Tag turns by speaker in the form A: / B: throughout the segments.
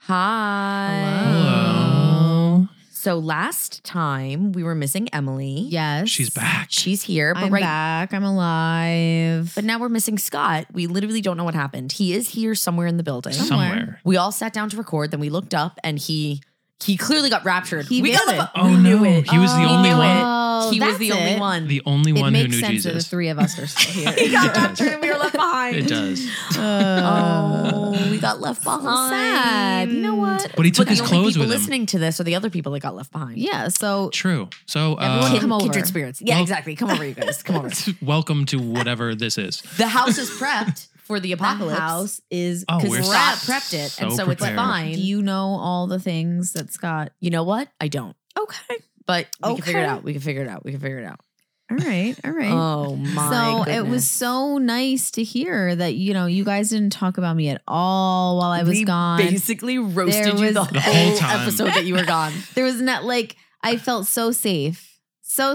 A: Hi.
B: Hello.
A: So last time we were missing Emily.
B: Yes.
C: She's back.
A: She's here, but
B: I'm
A: right
B: back. I'm alive.
A: but now we're missing Scott. We literally don't know what happened. He is here somewhere in the building.
C: somewhere.
A: we all sat down to record, then we looked up and he he clearly got raptured.
B: He
A: we got
B: did
A: the
B: it.
A: fu- we knew it.
C: Oh, He was the
A: We
C: only
A: knew
C: one.
B: Oh,
A: it. He was
B: that's
A: the only
B: it.
A: one.
C: The only
B: It
C: one who
B: makes
C: knew
B: sense that the
C: Jesus.
B: three of us are still here.
A: he got
C: It does.
A: raptured and we were left behind.
C: It does.
A: Oh, we got left behind.
B: sad.
A: You know what?
C: But he took
A: the
C: his
A: only
C: clothes
A: people
C: with him.
A: listening to this are the other people that got left behind.
B: yeah. So
C: True. So,
B: Everyone
C: uh,
B: come over.
A: Kindred spirits. Yeah,
C: Well-
A: exactly. Come over, you guys. Come over.
C: welcome to whatever this is.
A: The house is prepped for the apocalypse.
B: the house is.
C: Oh,
A: because
C: we're
A: Scott
C: so
A: prepped it, and so it's
C: prepared.
A: fine.
B: Do you know all the things that Scott?
A: You know what? I don't.
B: Okay.
A: But we can figure it
B: Okay.
A: out. We can figure it out. We can figure it out.
B: All right. All right.
A: Oh my!
B: so it was
A: goodness.
B: so nice to hear that you know you guys didn't talk about me at all while I was
A: we
B: gone.
A: Basically roasted
B: There
A: you the
B: was-
A: whole,
C: The whole time.
A: episode that you were gone.
B: There was not like I felt so safe, so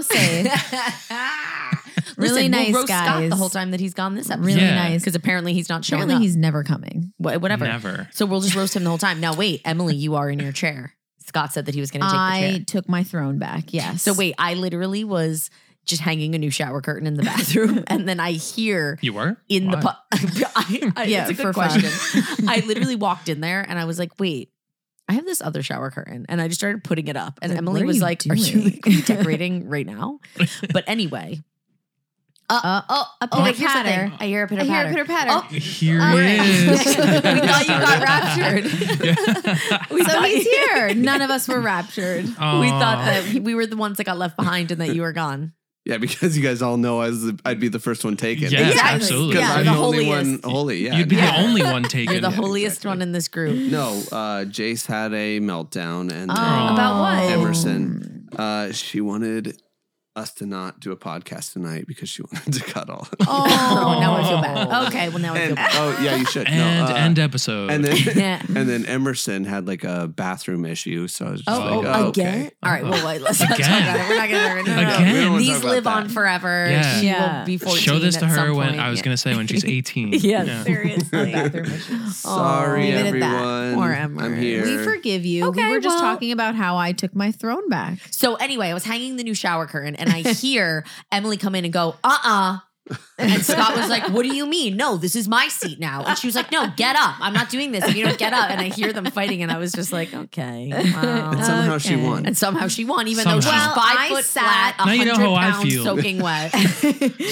B: safe. Really
A: Listen,
B: nice
A: we'll roast Scott
B: guys.
A: the whole time that he's gone this episode.
B: really
C: Yeah.
B: nice.
A: because apparently he's not showing
B: Apparently
A: up.
B: he's never coming.
A: Wha- whatever.
C: Never.
A: So we'll just roast him the whole time. Now wait, Emily, you are in your chair. Scott said that he was going to take the chair.
B: I took my throne back. Yes.
A: So wait, I literally was just hanging a new shower curtain in the bathroom, and then I hear
C: You were?
A: in the
C: Why?
A: pu- I, I,
B: Yeah,
A: it's a good
B: for fun.
A: question. I literally walked in there and I was like, wait. I have this other shower curtain and I just started putting it up. And
B: Like, what
A: Emily
B: are
A: was
B: you
A: like, Are you
B: doing?
A: like, decorating right now? But anyway.
B: Uh, oh, a
A: Oh,
B: pitter
A: here's the thing.
B: patter.
A: I hear a pitter
B: I hear a
A: patter.
B: pitter patter.
A: Oh,
C: Here
B: Uh,
C: it is.
A: we thought you got
C: Started.
A: raptured.
C: Yeah.
A: We
B: so
A: thought-
B: he's here. None of us were raptured.
A: We
C: Aw.
A: thought that we were the ones that got left behind and that you were gone.
D: Yeah, because you guys all know I was the, I'd be the first one
C: Yes,
D: taken.
A: Exactly.
C: absolutely.
D: Because
A: Yeah,
D: I'm
A: the
D: the, only one
A: holiest.
D: holy. Yeah.
C: You'd be
A: Yeah.
C: the only one taken.
A: You're the
D: Yeah,
A: holiest
D: exactly.
A: one in this group.
D: no, uh, Jace had a meltdown and
B: Oh,
C: Aw.
A: about what?
D: Emerson. uh, she wanted us to not do a podcast tonight because she wanted to cut all.
B: Oh,
A: Oh, now I feel
C: Oh.
A: bad. Okay, well now I feel
D: and,
A: bad.
D: oh yeah, you should. No,
C: and
D: uh,
C: end episode.
D: and then
A: Yeah.
D: and then Emerson had like a bathroom issue, so I was just
A: Oh, oh,
D: like,
A: again?
D: oh, okay.
A: All right, well, wait, let's not talk
C: Again.
A: about it. We're not going to. No, no, no.
C: Again?
D: Everyone- Let's
A: These
D: talk about
A: live on
D: that.
A: forever.
C: Yeah.
A: She
B: Yeah.
A: will be 14
C: Show this to
A: at
C: her
A: some
C: when
A: point.
C: I was going to say when she's 18.
A: Yes,
C: Yeah.
A: seriously.
B: Oh,
D: Sorry,
A: leave it at
D: everyone.
A: that. Or Emerson.
D: I'm here.
B: We forgive you.
A: Okay,
B: we were just
A: well-
B: talking about how I took my throne back.
A: So anyway, I was hanging the new shower curtain and I hear Emily come in and go, uh-uh. And Scott was like, What do you mean? No, this is my seat now. And she was like, No, get up. I'm not doing this. If you don't get up. And I hear them fighting. And I was just like, Okay. Wow.
D: And somehow she
B: Okay.
D: won.
A: And somehow she won, even though she's
C: Somehow.
A: five
B: Well, I
A: foot flat,
B: sat-
A: a
C: Now you know how I
A: pounds
C: feel.
A: soaking wet.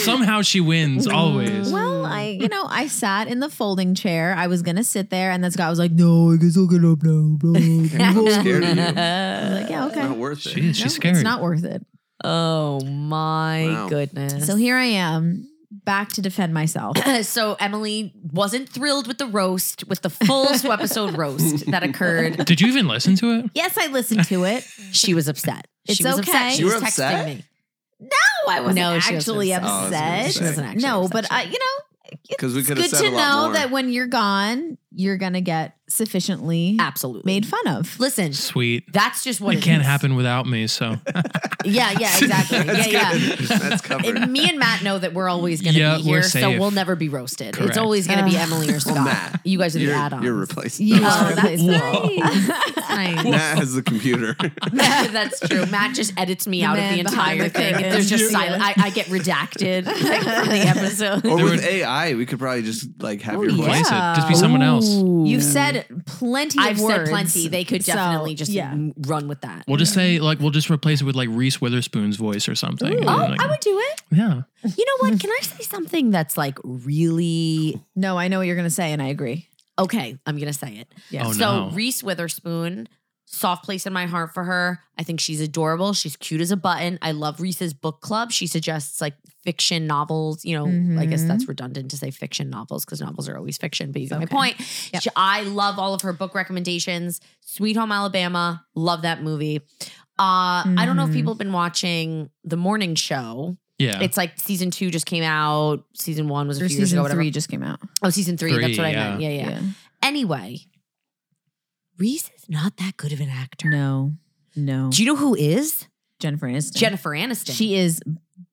C: Somehow she wins always.
B: Well, I, you know, I sat in the folding chair. I was gonna sit there, and this guy was like, "No, I guess I'll get up now." Blah, blah, blah."
D: I'm scared of you. It's
B: I was like, yeah, okay.
D: not worth it.
C: She is.
B: No,
C: She's scary.
B: It's not worth it.
A: Oh my
D: Wow.
A: goodness.
B: So here I am, back to defend myself.
A: so Emily wasn't thrilled with the roast, with the full Sue episode roast that occurred.
C: Did you even listen to it?
B: yes, I listened to it.
A: She was upset.
B: It's
A: she was
B: okay.
A: upset. She
D: You
A: was
D: were
A: texting
D: upset?
A: me.
B: No, I wasn't
A: No, she wasn't
B: actually
A: upset.
D: Oh, I was gonna
B: upset.
D: say.
A: She wasn't actually
B: no,
A: upset.
B: but I, you know,
D: Because we
B: it's
D: could have
B: good
D: said
B: to
D: a lot
B: know
D: more.
B: that when you're gone, you're gonna get sufficiently
A: absolutely
B: made fun of.
A: Listen,
C: Sweet.
A: that's just what
C: It can't
A: is.
C: happen without me, so
A: Yeah, yeah, exactly. yeah,
D: That's
A: yeah.
D: good. That's covered.
A: And me and Matt know that we're always going to
C: Yeah,
A: be
C: we're
A: here, so
C: safe.
A: we'll never be roasted. It's
C: Correct.
A: always going to be
B: Ugh.
A: Emily or Scott.
D: Matt,
A: you guys are the
D: you're,
A: add-ons.
D: you're replaced.
B: You
A: Oh,
D: No,
B: are
D: sorry.
A: that's
B: replaceable.
A: nice. That's nice.
D: Matt has the computer.
A: That's true. Matt just edits me
B: The
A: out of the
B: man behind
A: entire
B: the
A: thing. If
B: curtain.
A: there's just
B: Yeah.
A: silent, I, I get redacted from the episode.
D: or
C: There
D: with
C: were-
D: AI, we could probably just like have
A: Oh,
D: your
A: yeah.
D: voice.
C: replace it. Just be someone else.
B: You've said plenty of
A: I've
B: words.
A: said plenty. They could
B: So,
A: definitely just
B: yeah.
A: m- run with that.
C: We'll just say like we'll just replace it with like Reese Witherspoon's voice or something.
B: Ooh.
C: And,
A: Oh,
C: like,
A: I would do it. Mm-hmm.
C: Yeah.
A: You know what? Can I say something that's like really
B: No, I know what you're going to say, and I agree.
A: okay? I'm gonna say it.
B: Yes.
C: Oh,
A: so
C: no.
A: Reese Witherspoon, soft place in my heart for her. I think she's adorable. She's cute as a button. I love Reese's book club. She suggests like fiction novels. You know, I guess
B: Mhm.
A: that's redundant to say fiction novels because novels are always fiction. But you get my
B: Okay.
A: point.
B: Yep.
A: She- I love all of her book recommendations. Sweet Home Alabama, love that movie. Uh, I don't know if
B: Mhm.
A: people have been watching the morning show.
C: Yeah.
A: It's like season two just came out. Season one was a
B: Or
A: few years
B: season
A: ago. Whatever.
B: three just came out.
A: Oh, season three.
C: Three,
A: that's what I
C: yeah.
A: meant. Yeah, yeah. Anyway, Reese is not that good of an actor.
B: No, no.
A: Do you know who is?
B: Jennifer Aniston.
A: Jennifer Aniston.
B: She is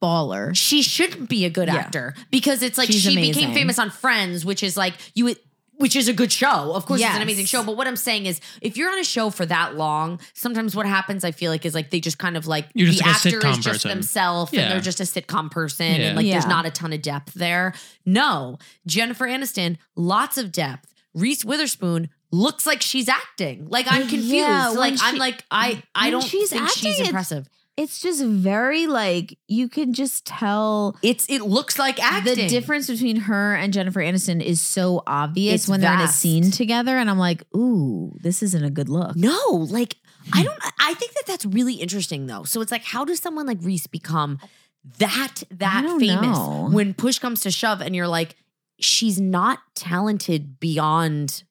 B: baller.
A: she shouldn't be a good
B: Yeah.
A: actor because it's like
B: She's
A: she
B: amazing.
A: became famous on Friends, which is like you would which is a good show. Of course, it's
B: Yes.
A: an amazing show. But what I'm saying is, if you're on a show for that long, sometimes what happens, I feel like, is like they just kind of like
C: You're just
A: the
C: like a
A: actor
C: sitcom
A: is just
C: person.
A: themselves
C: Yeah.
A: and they're just a sitcom person
C: Yeah.
A: and like there's
B: Yeah.
A: not a ton of depth there. No, Jennifer Aniston, lots of depth. Reese Witherspoon looks like she's acting. Like I'm
B: Yeah,
A: confused.
B: when
A: like I'm
B: she-
A: like I I
B: when
A: don't
B: she's
A: think
B: acting,
A: she's
B: it's-
A: impressive.
B: It's just very like you can just tell
A: It's it looks like acting.
B: The difference between her and Jennifer Aniston is so obvious
A: It's
B: when they're in a
A: vast.
B: scene together, and I'm like, "Ooh, this isn't a good look."
A: No, like
B: Hmm.
A: I don't. I think that that's really interesting though. So it's like, how does someone like Reese become that that
B: don't
A: famous
B: know.
A: when push comes to shove, and you're like, she's not talented beyond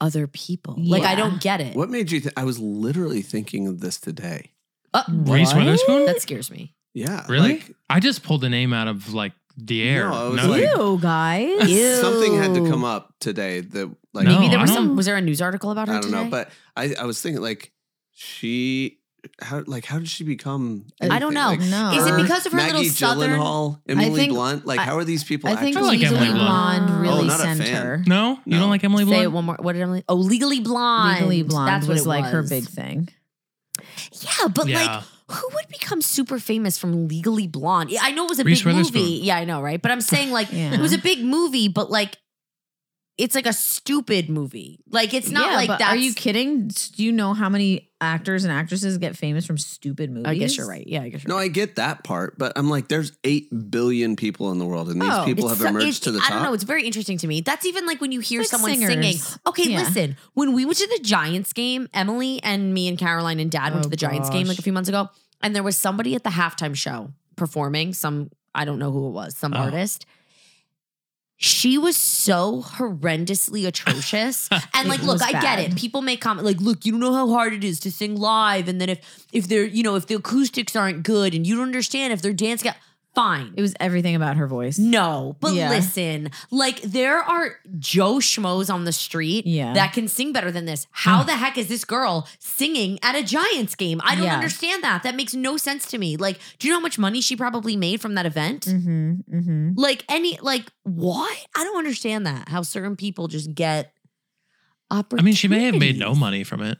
A: other people. Like I
B: Yeah.
A: don't get it.
D: What made you? Th- I was literally thinking of this today.
A: Uh,
B: Hmm.
C: Reese
A: what?
C: Witherspoon?
A: That scares me.
D: Yeah,
C: Really?
D: like,
C: I just pulled the name out of like the air.
D: No, I was like-
B: Ew, guys.
D: something had to
A: Ew.
D: come up today. That like
C: No,
A: Maybe there
C: I
A: was
C: don't-
A: some. Was there a news article about her?
D: I don't know,
A: today?
D: but I, I was thinking like she how like how did she become?
A: I don't know.
D: anything?
B: No.
D: Like,
A: Is it
D: her,
A: because of her
D: Maggie
A: little southern-
D: Gyllenhaal, Emily
B: think-
D: Blunt? Like
B: I-
D: how are these people?
B: I think
C: I like
B: Legally
C: Emily
B: Blonde
A: Blunt. Oh,
B: really
D: not a
B: sent
D: fan.
B: her.
C: no, you
D: No.
C: don't like Emily
A: Say it
C: Blunt?
A: one more. What did Emily? Oh, Legally Blonde.
B: Legally Blonde
A: That's what
B: was
A: it
B: like her
A: was.
B: big thing.
A: Yeah, but like
C: yeah,
A: Who would become super famous from Legally Blonde? Yeah, I know it was a
C: Reese
A: big movie.
C: Witherspoon.
A: Yeah, I know, right? But I'm saying like
B: Yeah.
A: it was a big movie, but like it's like a stupid movie. Like it's not
B: Yeah,
A: like
B: but
A: that.
B: Are you kidding? Do you know how many actors and actresses get famous from stupid movies?
A: I guess you're right. Yeah, I guess you're
D: No,
A: right.
D: I get that part, but I'm like, there's eight billion people in the world, and these
B: Oh,
D: people have
A: It's so- it's-
D: emerged to the top.
A: I don't know. It's very interesting to me. That's even like when you hear
B: Like
A: someone
B: singers.
A: singing. Okay,
B: Yeah.
A: listen. When we went to the Giants game, Emily and me and Caroline and Dad went
B: Oh,
A: to the Giants game
B: gosh.
A: like a few months ago, and there was somebody at the halftime show performing. Some I don't know who it was. Some
D: Uh-huh.
C: Oh.
A: artist. She was so horrendously atrocious. And like,
B: It
A: look,
B: was
A: I get
B: bad.
A: it. People make comment like, look, you don't know how hard it is to sing live, and then if if they're you know if the acoustics aren't good, and you don't understand if they're dancing, fine.
B: It was everything about her voice.
A: No, but
B: Yeah.
A: listen, like there are Joe Schmoes on the street
B: Yeah.
A: that can sing better than this. How the heck is this girl singing at a Giants game? I don't
B: Yeah.
A: understand that. That makes no sense to me. Like, do you know how much money she probably made from that event?
B: Mm-hmm, mm-hmm.
A: Like, any, like, what? I don't understand that. How certain people just get
C: I mean, she may have made
A: opportunities.
C: no money from it.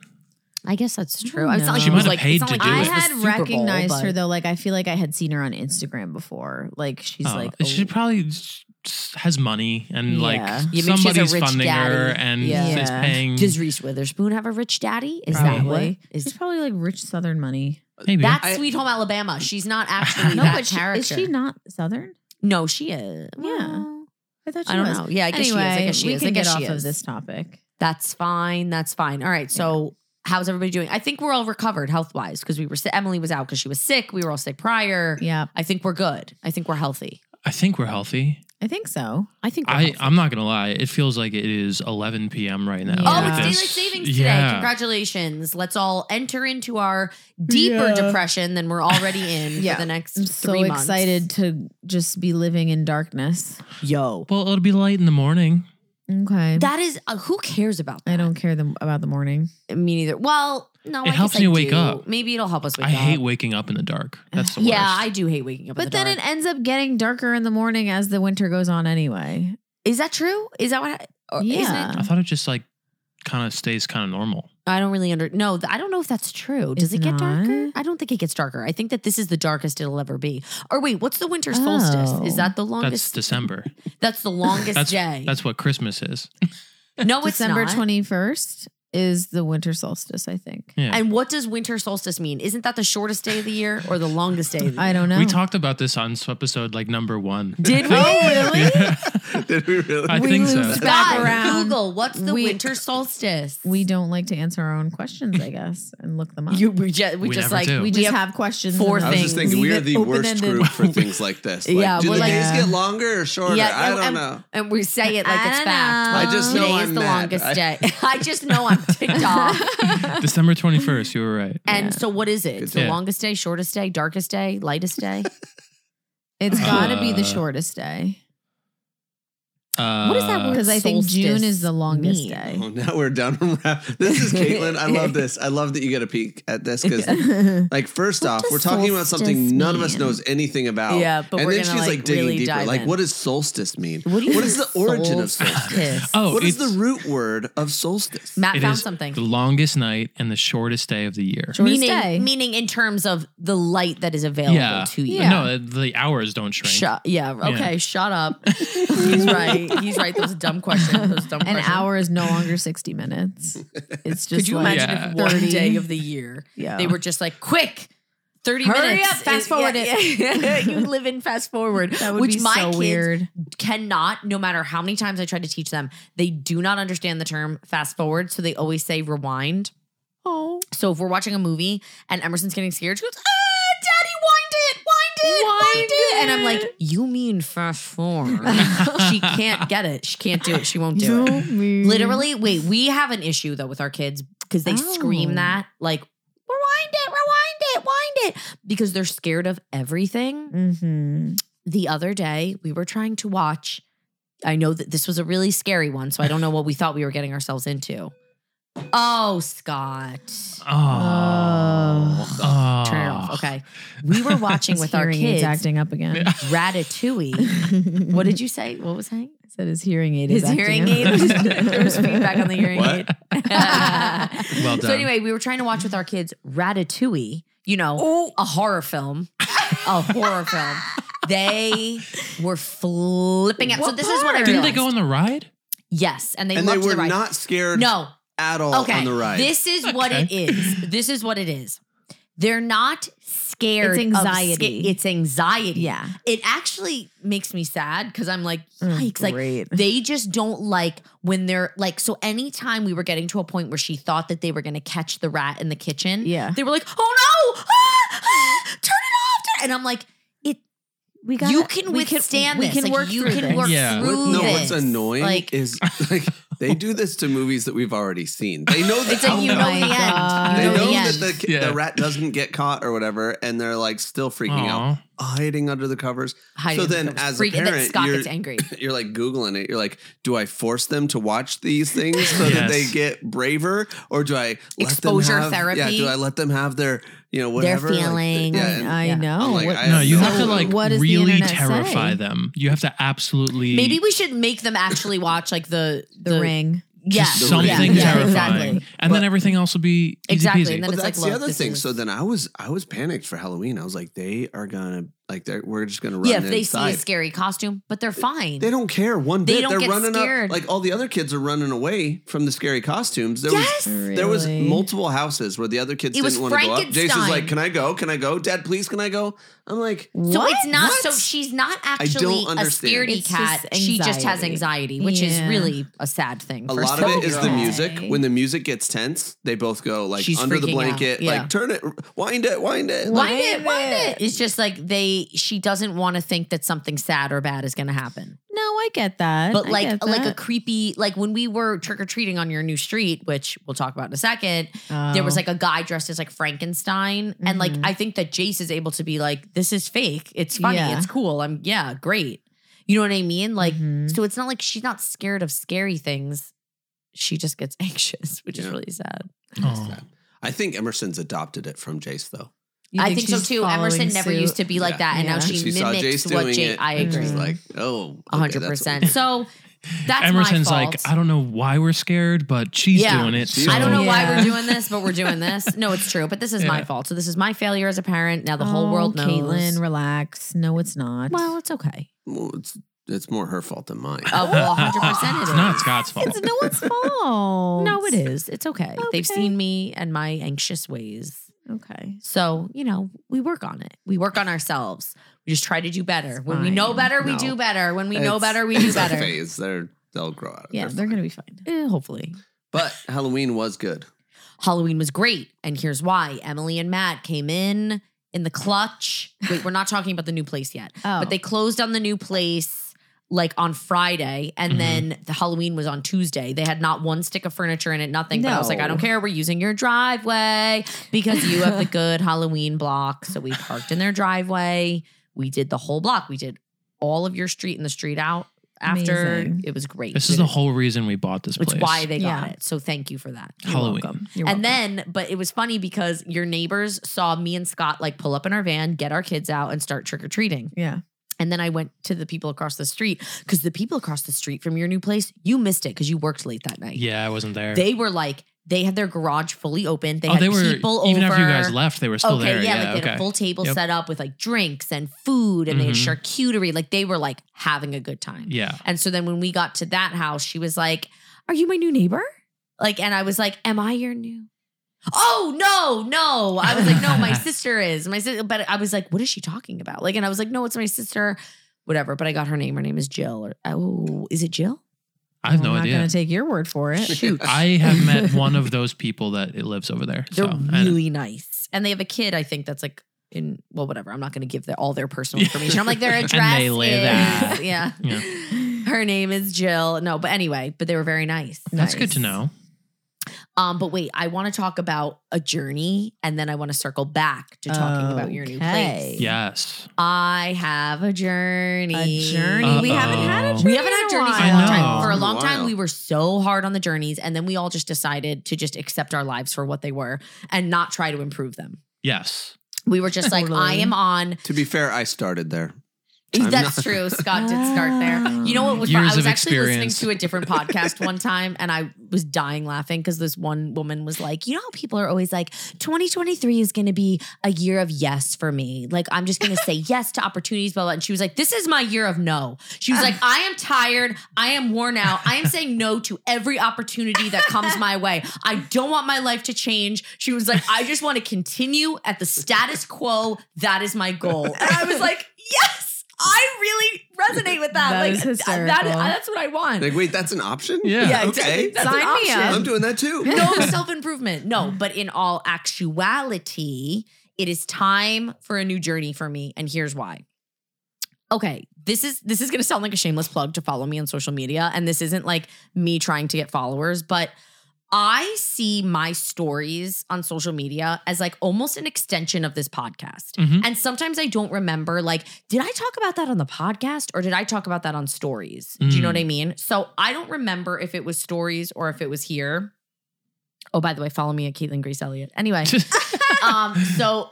A: I guess that's
B: I
A: true.
B: don't
A: It's not like
B: know.
A: she
B: She
A: might
C: might have
A: like,
C: paid
A: it's not
C: to
A: like
C: do
A: it
B: I
A: was
C: it.
A: the
B: had
A: Super Bowl,
B: recognized her
A: but-
B: though. Like I feel like I had seen her on Instagram before. Like she's
C: Oh,
B: like
C: she
B: oh,
C: probably s- s- has money and like
B: Yeah.
A: maybe she
B: Yeah,
A: has a
C: somebody's
A: rich
C: funding her
A: daddy.
C: and
B: Yeah.
C: is paying.
A: Does Reese Witherspoon have a rich daddy? Is that what?
B: probably.
A: Is
B: She's probably like rich Southern money.
C: maybe.
A: That's
D: I-
A: Sweet Home Alabama. She's not actually
B: No,
A: that
B: but she,
A: character.
B: is she not Southern?
A: No, she is.
B: Yeah.
A: Well,
B: I thought she
A: I don't
B: was.
A: know. Yeah, I guess she
B: anyway,
A: is. I guess she
B: we
A: is.
B: can
A: I guess
B: get off
A: she
B: of
A: is.
B: this topic.
A: That's fine. That's fine. All right. So, how's everybody doing? I think we're all recovered health wise because we were. si- Emily was out because she was sick. We were all sick prior.
B: Yeah,
A: I think we're good. I think we're healthy.
C: I think we're healthy.
B: I think so.
A: I think. We're
C: I,
A: healthy.
C: I'm not gonna lie. It feels like it is 11 p.m. right now.
A: Oh, it's
B: Yeah.
C: with
A: daylight
C: this.
A: savings today.
C: Yeah.
A: Congratulations. Let's all enter into our deeper
B: Yeah.
A: depression than we're already in
B: Yeah.
A: for the next
B: I'm so
A: three months.
B: excited to just be living in darkness.
A: Yo.
C: Well, it'll be light in the morning.
B: Okay,
A: That is, uh, who cares about that?
B: I don't care the, about the morning.
A: Me neither. Well, no,
C: It
A: I
C: helps
A: guess I
C: me wake
A: do.
C: up.
A: Maybe it'll help us wake
C: I
A: up.
C: hate waking up in the dark. That's the
A: yeah,
C: worst.
A: I do hate waking up. in
B: But
A: the
B: then
A: dark.
B: it ends up getting darker in the morning as the winter goes on. Anyway,
A: is that true? Is that what? I, or isn't
B: Yeah.
A: it-
C: I thought it just like kind of stays kind of normal.
A: I don't really under. No, th- I don't know if that's true. Does
B: It's
A: it get darker?
B: not?
A: I don't think it gets darker. I think that this is the darkest it'll ever be. Or wait, what's the winter solstice?
B: Oh.
A: Is that the
C: That's
A: longest?
C: December.
A: that's the longest
C: That's-
A: day.
C: That's what Christmas is.
A: no, it's
B: December
A: not.
B: twenty first is the winter solstice. I think.
C: Yeah.
A: And what does winter solstice mean? Isn't that the shortest day of the year or the longest day? Of the year?
B: I don't know.
C: We talked about this on s- episode like number one.
A: Did we?
B: Oh, really?
D: Did we really?
C: I think so.
B: lose
A: Guys,
B: back around.
A: Google, what's the
B: We-
A: winter solstice?
B: we don't like to answer our own questions, I guess, and look them up.
A: you, we just, we
C: We
A: just
C: never
A: like
C: do.
B: we
A: we
B: just
A: have
B: have questions.
A: four
D: I was just
A: things.
D: thinking we
B: Leave
D: are
B: it
D: the worst
B: open-ended.
D: group for things like this. Like,
A: Yeah,
D: do
A: we're
D: the
A: like-
D: days get longer or shorter?
A: Yeah,
D: I
A: no,
D: don't
A: and-
D: know.
A: And we say it like
B: I
A: it's
B: don't
A: fact.
B: know. I just
A: Today
D: know
A: is
D: I'm
A: the
D: mad.
A: longest
D: I-
A: day. I just know I'm ticked off.
C: December 21st. You were right.
A: And
B: Yeah.
A: so, what is it? It's the
C: Yeah.
A: longest day, shortest day, darkest day, lightest day.
B: It's got to be the
C: Uh,
B: shortest day.
C: Uh,
A: What is that word?
B: Because I think June
A: Solstice
B: is the longest
A: mean.
B: day.
D: Oh, now we're down. from rap. This is Caitlin. I love this. I love that you get a peek at this because, like, first off,
B: does
D: we're talking about something
B: solstice
D: none of us
B: mean?
D: knows anything about.
A: Yeah, but
D: and
A: we're
D: then
A: gonna,
D: she's like,
A: like,
D: digging
A: really
D: deeper.
A: dive
D: Like,
A: in.
D: what does solstice mean?
A: What, do you
D: what
A: mean
D: is the origin of solstice?
C: Oh,
D: what is the
C: it's-
D: root word of solstice?
A: Matt
C: It
A: found
C: is
A: something.
C: The longest night and the shortest day of the year.
B: Short- Shortest
A: meaning,
B: day.
A: meaning in terms of the light that is available
C: yeah.
A: to you.
B: Yeah.
C: No, the hours don't shrink.
A: Shut, yeah. Okay. Shut up. He's right. He's right. Those dumb questions. Those dumb
B: An
A: questions.
B: hour is no longer 60 minutes. It's
A: Could
B: just
A: you
B: like,
A: imagine
C: Yeah.
A: if one
B: 30?
A: day of the year
B: Yeah.
A: they were just like, quick, 30
B: Hurry
A: minutes.
B: up, fast forward it.
A: yeah. you live in fast forward,
B: that would
A: which
B: be
A: my
B: so
A: kids
B: weird.
A: cannot, no matter how many times I try to teach them, they do not understand the term fast forward. So they always say rewind.
B: Oh,
A: So if we're watching a movie and Emerson's getting scared, she goes, ah, Daddy, wind it, wind it, wind,
B: Wind
A: it. And I'm
B: it.
A: like, you mean fast forward? she can't get it. She can't do it. She won't do
B: you
A: it.
B: mean-
A: Literally, wait, we have an issue though with our kids because they
B: Oh.
A: scream that like rewind it, rewind it, wind it because they're scared of everything.
B: Mhm.
A: The other day, we were trying to watch I know that this was a really scary one, so I don't know what we thought we were getting ourselves into. Oh, Scott.
C: Oh. Oh.
A: Turn it off. Okay. We were watching
B: His
A: with our
B: hearing aid's
A: kids
B: acting up again.
A: Ratatouille. what did you say? What was I?
B: I said his hearing aid
A: His
B: is acting
A: hearing
B: up.
A: aid. there was feedback on the hearing
D: What?
A: aid. well
C: Well done.
A: So anyway, we were trying to watch with our kids Ratatouille. You know,
B: Oh.
A: a horror film, a horror film. They were flipping out. so
B: What
A: this is what I
B: part?
C: Didn't they
A: realized.
C: go on the ride?
A: yes, and they
D: and they
A: loved
D: were
A: the ride.
D: not scared
A: no,
D: at all
A: okay.
D: on the ride.
A: This is what it is. This is what it is. They're not scared.
B: It's
A: of sca-
B: anxiety.
A: it's anxiety.
B: Yeah.
A: It actually makes me sad because I'm like,
B: Mm,
A: yikes! Like
B: great.
A: they just don't like when they're like so anytime we were getting to a point where she thought that they were going to catch the rat in the kitchen
B: Yeah.
A: they were like oh no Ah! Ah! turn it off turn-" and i'm like it
B: We
A: you can withstand
B: we
A: this
B: Can
A: like,
B: work
A: you
B: through
A: can
B: things.
A: work
C: Yeah.
D: What-
A: through
D: no,
A: this
D: what's annoying
A: like
D: is like they do this to movies that we've already seen. They know the
A: it's like you
D: outcome.
A: know the
B: my
A: end
B: God.
A: you
D: Oh They
A: know,
D: know
A: the end
D: that the, ki-
C: Yeah.
D: the rat doesn't get caught or whatever, and they're like still freaking out,
C: Aw.
D: hiding under the covers.
A: Hiding
D: so
A: in the
D: then
A: covers.
D: as a
A: Freak- and then
D: parent,
A: scott
D: you're-
A: gets angry
D: You're like googling it. You're like, do I force them to watch these things so that
C: Yes.
D: they get braver, or do I let
A: Exposure
D: them have, Yeah,
A: therapy. uh,
D: do I let them have their you know whatever like,
A: feelings.
D: yeah,
B: I,
D: and-
B: I
A: Yeah.
B: know.
D: I'm like,
B: What-
D: I
C: No, you have to
D: No.
C: like
B: What does the
C: really
B: internet
C: terrify
B: say?
C: them. You have to absolutely.
A: maybe we should make them actually watch like the
B: the, ring.
A: yeah
C: just something
A: yeah,
C: terrifying,
A: exactly
C: and then
A: But-
C: everything else will be easy
A: Exactly,
C: peasy.
A: and then
D: Well,
A: it's like,
D: that's
A: look,
D: the other
A: this
D: thing.
A: is-
D: So then I was I was panicked for Halloween. I was like, they are gonna like they're we're just gonna run
A: yeah if they
D: inside.
A: see a scary costume but they're fine
D: They don't care one
A: They
D: bit.
A: don't
D: are
A: get
D: running
A: scared.
D: up like all the other kids are running away from the scary costumes. There
A: Yes!
D: was there was
B: Really?
D: multiple houses where the other kids
A: It was
D: didn't want to go up. Jason's
A: Frankenstein.
D: like, "Can I go? Can I go? Dad, please, can I go?" I'm like,
A: So
B: What?
A: it's not.
D: What?
A: So she's not
D: don't
A: actually a
D: understand.
A: scaredy
B: It's
A: cat.
B: just
A: She just has
B: anxiety.
A: anxiety, which
B: Yeah.
A: is really a sad thing.
D: a
A: for
D: lot of it is the
A: seven-year-olds.
D: music.
B: Okay.
D: When the music gets tense, they both go like
A: She's
D: under the
A: freaking out.
D: blanket,
A: Yeah.
D: like turn it, wind it, wind it. Like,
A: Wind it, wind it. It's just like they. She doesn't want to think that something sad or bad is going to happen.
B: No, I get that.
A: But
B: I
A: like,
B: get
A: like a
B: that.
A: creepy, like when we were trick or treating on your new street, which we'll talk about in a second. There
B: Oh.
A: was like a guy dressed as like Frankenstein, and like
B: Mhm.
A: I think that Jace is able to be like, "This is fake. It's funny.
B: Yeah.
A: It's cool. I'm yeah, great." You know what I mean? Like,
B: Mhm.
A: So it's not like she's not scared of scary things. She just gets anxious, which
D: Yeah.
A: is really sad.
C: Oh.
D: I think Emerson's adopted it from Jace though.
B: You
A: I think so
B: she's
A: too. Emerson
B: following
A: never
B: suit?
A: used to be like
D: Yeah.
A: that, and now
B: Yeah.
A: she,
D: she saw
A: mimics
D: Jace
A: what
D: doing
A: Jay.
D: it.
A: I
D: and
A: agree,
D: She's
B: Mhm.
D: like, oh,
A: A hundred
D: okay, that's what-
A: percent. So that's
C: Emerson's
A: my fault.
C: like, I don't know why we're scared, but she's
A: Yeah.
C: doing it.
D: She's
C: so-
A: I don't know why
B: Yeah.
A: we're doing this, but we're doing this. No, it's true. But this is my
C: Yeah.
A: fault. So this is my failure as a parent. Now the whole
B: Oh,
A: world knows.
B: Caitlin, relax. No, it's not.
A: Well, it's okay.
D: Well, it's it's more her fault than mine.
A: Oh, well, 100% it
C: It's
A: is.
C: not Scott's fault.
B: it's no one's fault.
A: No, it is. It's okay. They've
B: Okay.
A: seen me and my anxious ways.
B: Okay.
A: So, you know, we work on it. We work on ourselves. We just try to do better. When we know
B: fine.
A: better, we
D: No.
A: do better. When we know
D: It's-
A: better, we do
D: it's a
A: better.
D: phase. They're they'll grow out of
B: Yeah,
D: it.
B: they're gonna be fine.
A: Eh, hopefully.
D: But Halloween was good.
A: Halloween was great. And here's why Emily and Matt came in in the clutch. Wait, we're not talking about the new place yet,
B: Oh,
A: but they closed on the new place like on Friday. And
B: Mm-hmm.
C: Mhm.
A: then the Halloween was on Tuesday. They had not one stick of furniture in it, nothing. But I was like, I don't
B: No.
A: care. We're using your driveway because you have the good Halloween block. So we parked in their driveway. We did the whole block. We did all of your street and the street out after.
B: Amazing.
A: It was great.
C: This is the whole reason we bought this
A: It's
C: place.
A: why they got
B: Yeah.
A: it. So thank you for that.
B: You're
C: Halloween.
B: welcome. You're
A: and
B: welcome.
A: then, but it was funny because your neighbors saw me and Scott like pull up in our van, get our kids out, and start trick or treating.
B: yeah,
A: And then I went to the people across the street because the people across the street from your new place, you missed it because you worked late that night.
C: Yeah, I wasn't there.
A: They were like, they had their garage fully open. They
C: oh,
A: had
C: they were
A: people
C: even
A: over.
C: after you guys left. They were still
A: okay,
C: there.
A: yeah,
C: Yeah,
A: like they
C: okay.
A: had a full table
C: Yep. Mm-hmm.
A: set up with like drinks and food, and they had charcuterie. Like they were like having a good time.
C: yeah,
A: And so then when we got to that house, she was like, Are you my new neighbor? Like, and I was like, Am I your new? Oh no, no. I was like, no, my sister is. My sister, but I was like, what is she talking about? Like, and I was like, no, it's my sister, whatever. But I got her name. Her name is Jill. Or oh, is it Jill?
C: I have
A: Oh,
B: Well,
C: no
B: I'm Not
C: idea.
B: gonna take your word for it.
D: Shoot.
C: I have met one of those people that it lives over there.
A: They're
C: so, and-
A: really nice. And they have a kid, I think, that's like in well, whatever. I'm not gonna give their, all their personal
C: Yeah.
A: information. I'm like, their
C: And
A: address.
C: they live
A: is,
C: at-
A: yeah.
C: Yeah.
A: Her name is Jill. No, but anyway, but they were very nice.
C: that's good to
B: Nice.
C: know.
A: Um, but wait, I want to talk about a journey and then I want to circle back to talking about your new place.
B: Okay.
C: Yes,
A: I have a journey.
B: A journey.
C: Uh-oh.
B: We haven't had a journey.
A: We haven't had
B: in a
A: journeys in
B: while.
A: a long
C: I
A: time.
C: know.
A: For a
D: It's been a
A: long time,
D: while.
A: we were so hard on the journeys, and then we all just decided to just accept our lives for what they were and not try to improve them.
C: yes.
A: We were just like, I
B: Totally.
A: am on.
D: To be fair, I started there. I'm
A: That's
D: not-
A: true. Scott did start there. You know what was
C: Years
A: fun? I was
C: of
A: actually
C: experience.
A: listening to a different podcast one time and I was dying laughing because this one woman was like, you know how people are always like, 2023 is going to be a year of yes for me. Like, I'm just going to say yes to opportunities, blah, blah. And she was like, this is my year of no. She was like, I am tired. I am worn out. I am saying no to every opportunity that comes my way. I don't want my life to change. She was like, I just want to continue at the status quo. That is my goal. And I was like, yes. I really resonate with that.
B: That
A: like
B: is
A: that is-
B: hysterical.
A: that's what I want.
D: Like, wait, that's an option?
C: Yeah. Yeah,
D: okay.
A: That's
B: Sign
A: an
B: me
A: option.
B: up.
D: I'm doing that too.
A: no self improvement. No, but in all actuality, it is time for a new journey for me, and here's why. Okay, this is this is going to sound like a shameless plug to follow me on social media, and this isn't like me trying to get followers, but I see my stories on social media as like almost an extension of this podcast.
C: Mhm.
A: And sometimes I don't remember, like, did I talk about that on the podcast or did I talk about that on stories? Do you know
C: Mm.
A: what I mean? So I don't remember if it was stories or if it was here. Oh, by the way, follow me at Caitlin Grace Elliott. Anyway, um, so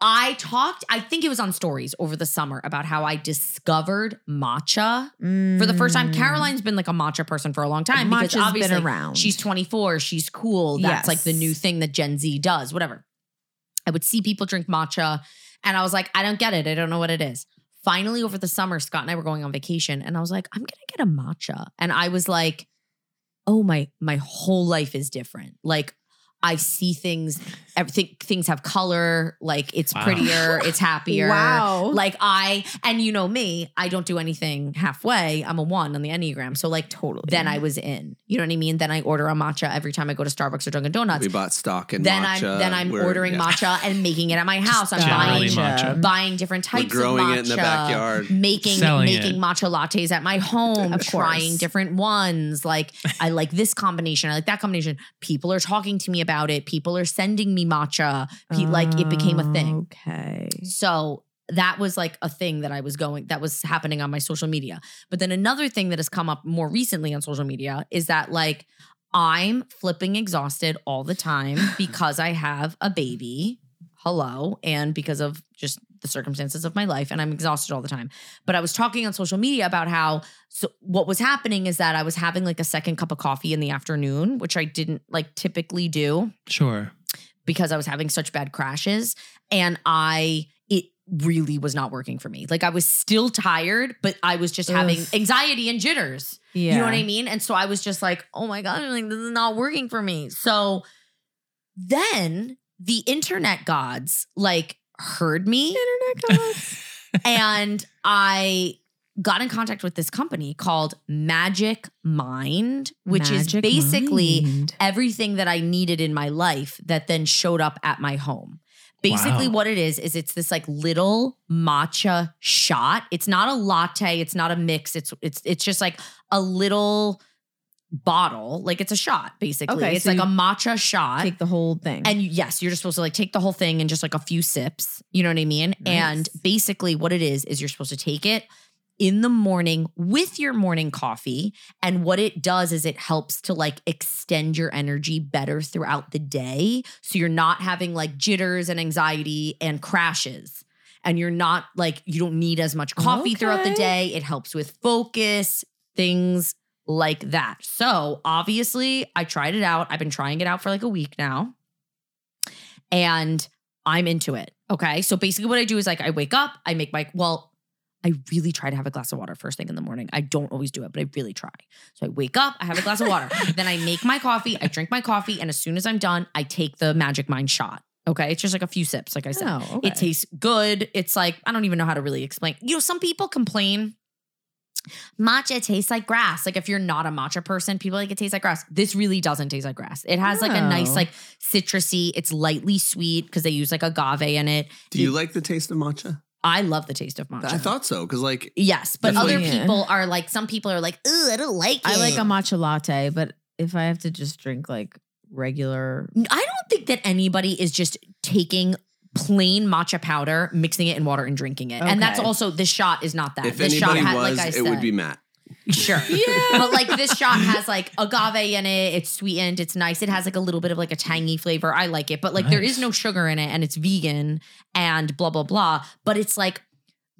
A: I talked, I think it was on stories over the summer about how I discovered matcha for the first time.
B: Mm.
A: Caroline's been like a matcha person for a long time
B: Matcha's
A: because obviously
B: been around.
A: She's 24. She's cool. That's
B: Yes.
A: like the new thing that Gen Z does, whatever. I would see people drink matcha and I was like, I don't get it. I don't know what it is. Finally, over the summer, Scott and I were going on vacation and I was like, I'm going to get a matcha. And I was like, oh, my, my whole life is different. Like, I see things, everything, things have color. Like, it's
C: Wow.
A: prettier, it's happier.
B: Wow.
A: Like I and you know me, I don't do anything halfway. I'm a one on the Enneagram. So like totally. Then I was in. You know what I mean? Then I order a matcha every time I go to Starbucks or Dunkin' Donuts.
D: We bought stock and
A: then
D: matcha.
A: I'm then I'm
D: We're-
A: ordering
D: yeah.
A: matcha and making it at my house. I'm
C: generally
A: buying
C: matcha.
A: buying different types
D: We're growing
A: of matcha
D: it in the backyard.
A: making
C: Selling
A: making
C: it.
A: matcha lattes at my home,
B: Of course.
A: trying different ones. Like I like this combination, I like that combination. People are talking to me about it. People are sending me matcha. Pe- like it became a thing.
B: Okay.
A: So that was like a thing that I was going, that was happening on my social media. But then another thing that has come up more recently on social media is that like I'm flipping exhausted all the time because I have a baby. Hello. And because of just the circumstances of my life, and I'm exhausted all the time. But I was talking on social media about how so what was happening is that I was having like a second cup of coffee in the afternoon, which I didn't like typically do
C: Sure.
A: because I was having such bad crashes and I it really was not working for me. Like I was still tired, but I was just having
B: Ugh.
A: anxiety and jitters.
B: Yeah.
A: You know what I mean? And so I was just like, "Oh my god, like, this is not working for me." So then the internet gods like heard me
B: Internet gods.
A: and I got in contact with this company called Magic Mind, which is
B: Magic
A: basically
B: mind.
A: everything that I needed in my life that then showed up at my home. Basically,
C: Wow.
A: what it is, is it's this like little matcha shot. It's not a latte, it's not a mix, it's it's it's just like a little bottle. Like it's a shot, basically.
B: Okay,
A: it's
B: so
A: like
B: you
A: a matcha shot.
B: take the whole thing.
A: And you, yes, you're just supposed to like take the whole thing and just like a few sips. You know what I mean?
B: Nice.
A: And basically, what it is is you're supposed to take it. in the morning with your morning coffee. And what it does is it helps to like extend your energy better throughout the day. So you're not having like jitters and anxiety and crashes. And you're not like, you don't need as much coffee throughout the
B: Okay.
A: day. It helps with focus, things like that. So obviously, I tried it out. I've been trying it out for like a week now. And I'm into it. Okay. So basically, what I do is like I wake up, I make my, well, I really try to have a glass of water first thing in the morning. I don't always do it, but I really try. So I wake up, I have a glass of water, then I make my coffee, I drink my coffee, and as soon as I'm done, I take the Magic Mind shot. Okay. It's just like a few sips, like I said.
B: Oh,
A: It tastes good. It's like, I don't even know how to really explain. You know, some people complain matcha tastes like grass. Like if you're not a matcha person, people are like it tastes like grass. This really doesn't taste like grass. It has like a nice,
B: Oh.
A: like citrusy, it's lightly sweet because they use like agave in it.
D: Do you like the taste of matcha?
A: I love the taste of matcha.
D: I thought so because like
A: Yes, but
D: That's
A: other
B: like-
A: people are like, some people are like, ooh, I don't like it.
B: I like a matcha latte, but if I have to just drink like regular,
A: I don't think that anybody is just taking plain matcha powder, mixing it in water, and drinking it. And that's
B: Okay.
A: also the shot is not that.
D: if
A: the shot
D: anybody
A: had,
D: was,
A: like I
D: it
A: said,
D: would be Matt.
A: sure. But like this shot has like agave in it. It's sweetened. It's nice. It has like a little bit of like a tangy flavor. I like it. But like there is
C: Nice.
A: no sugar in it and it's vegan and blah, blah, blah. But it's like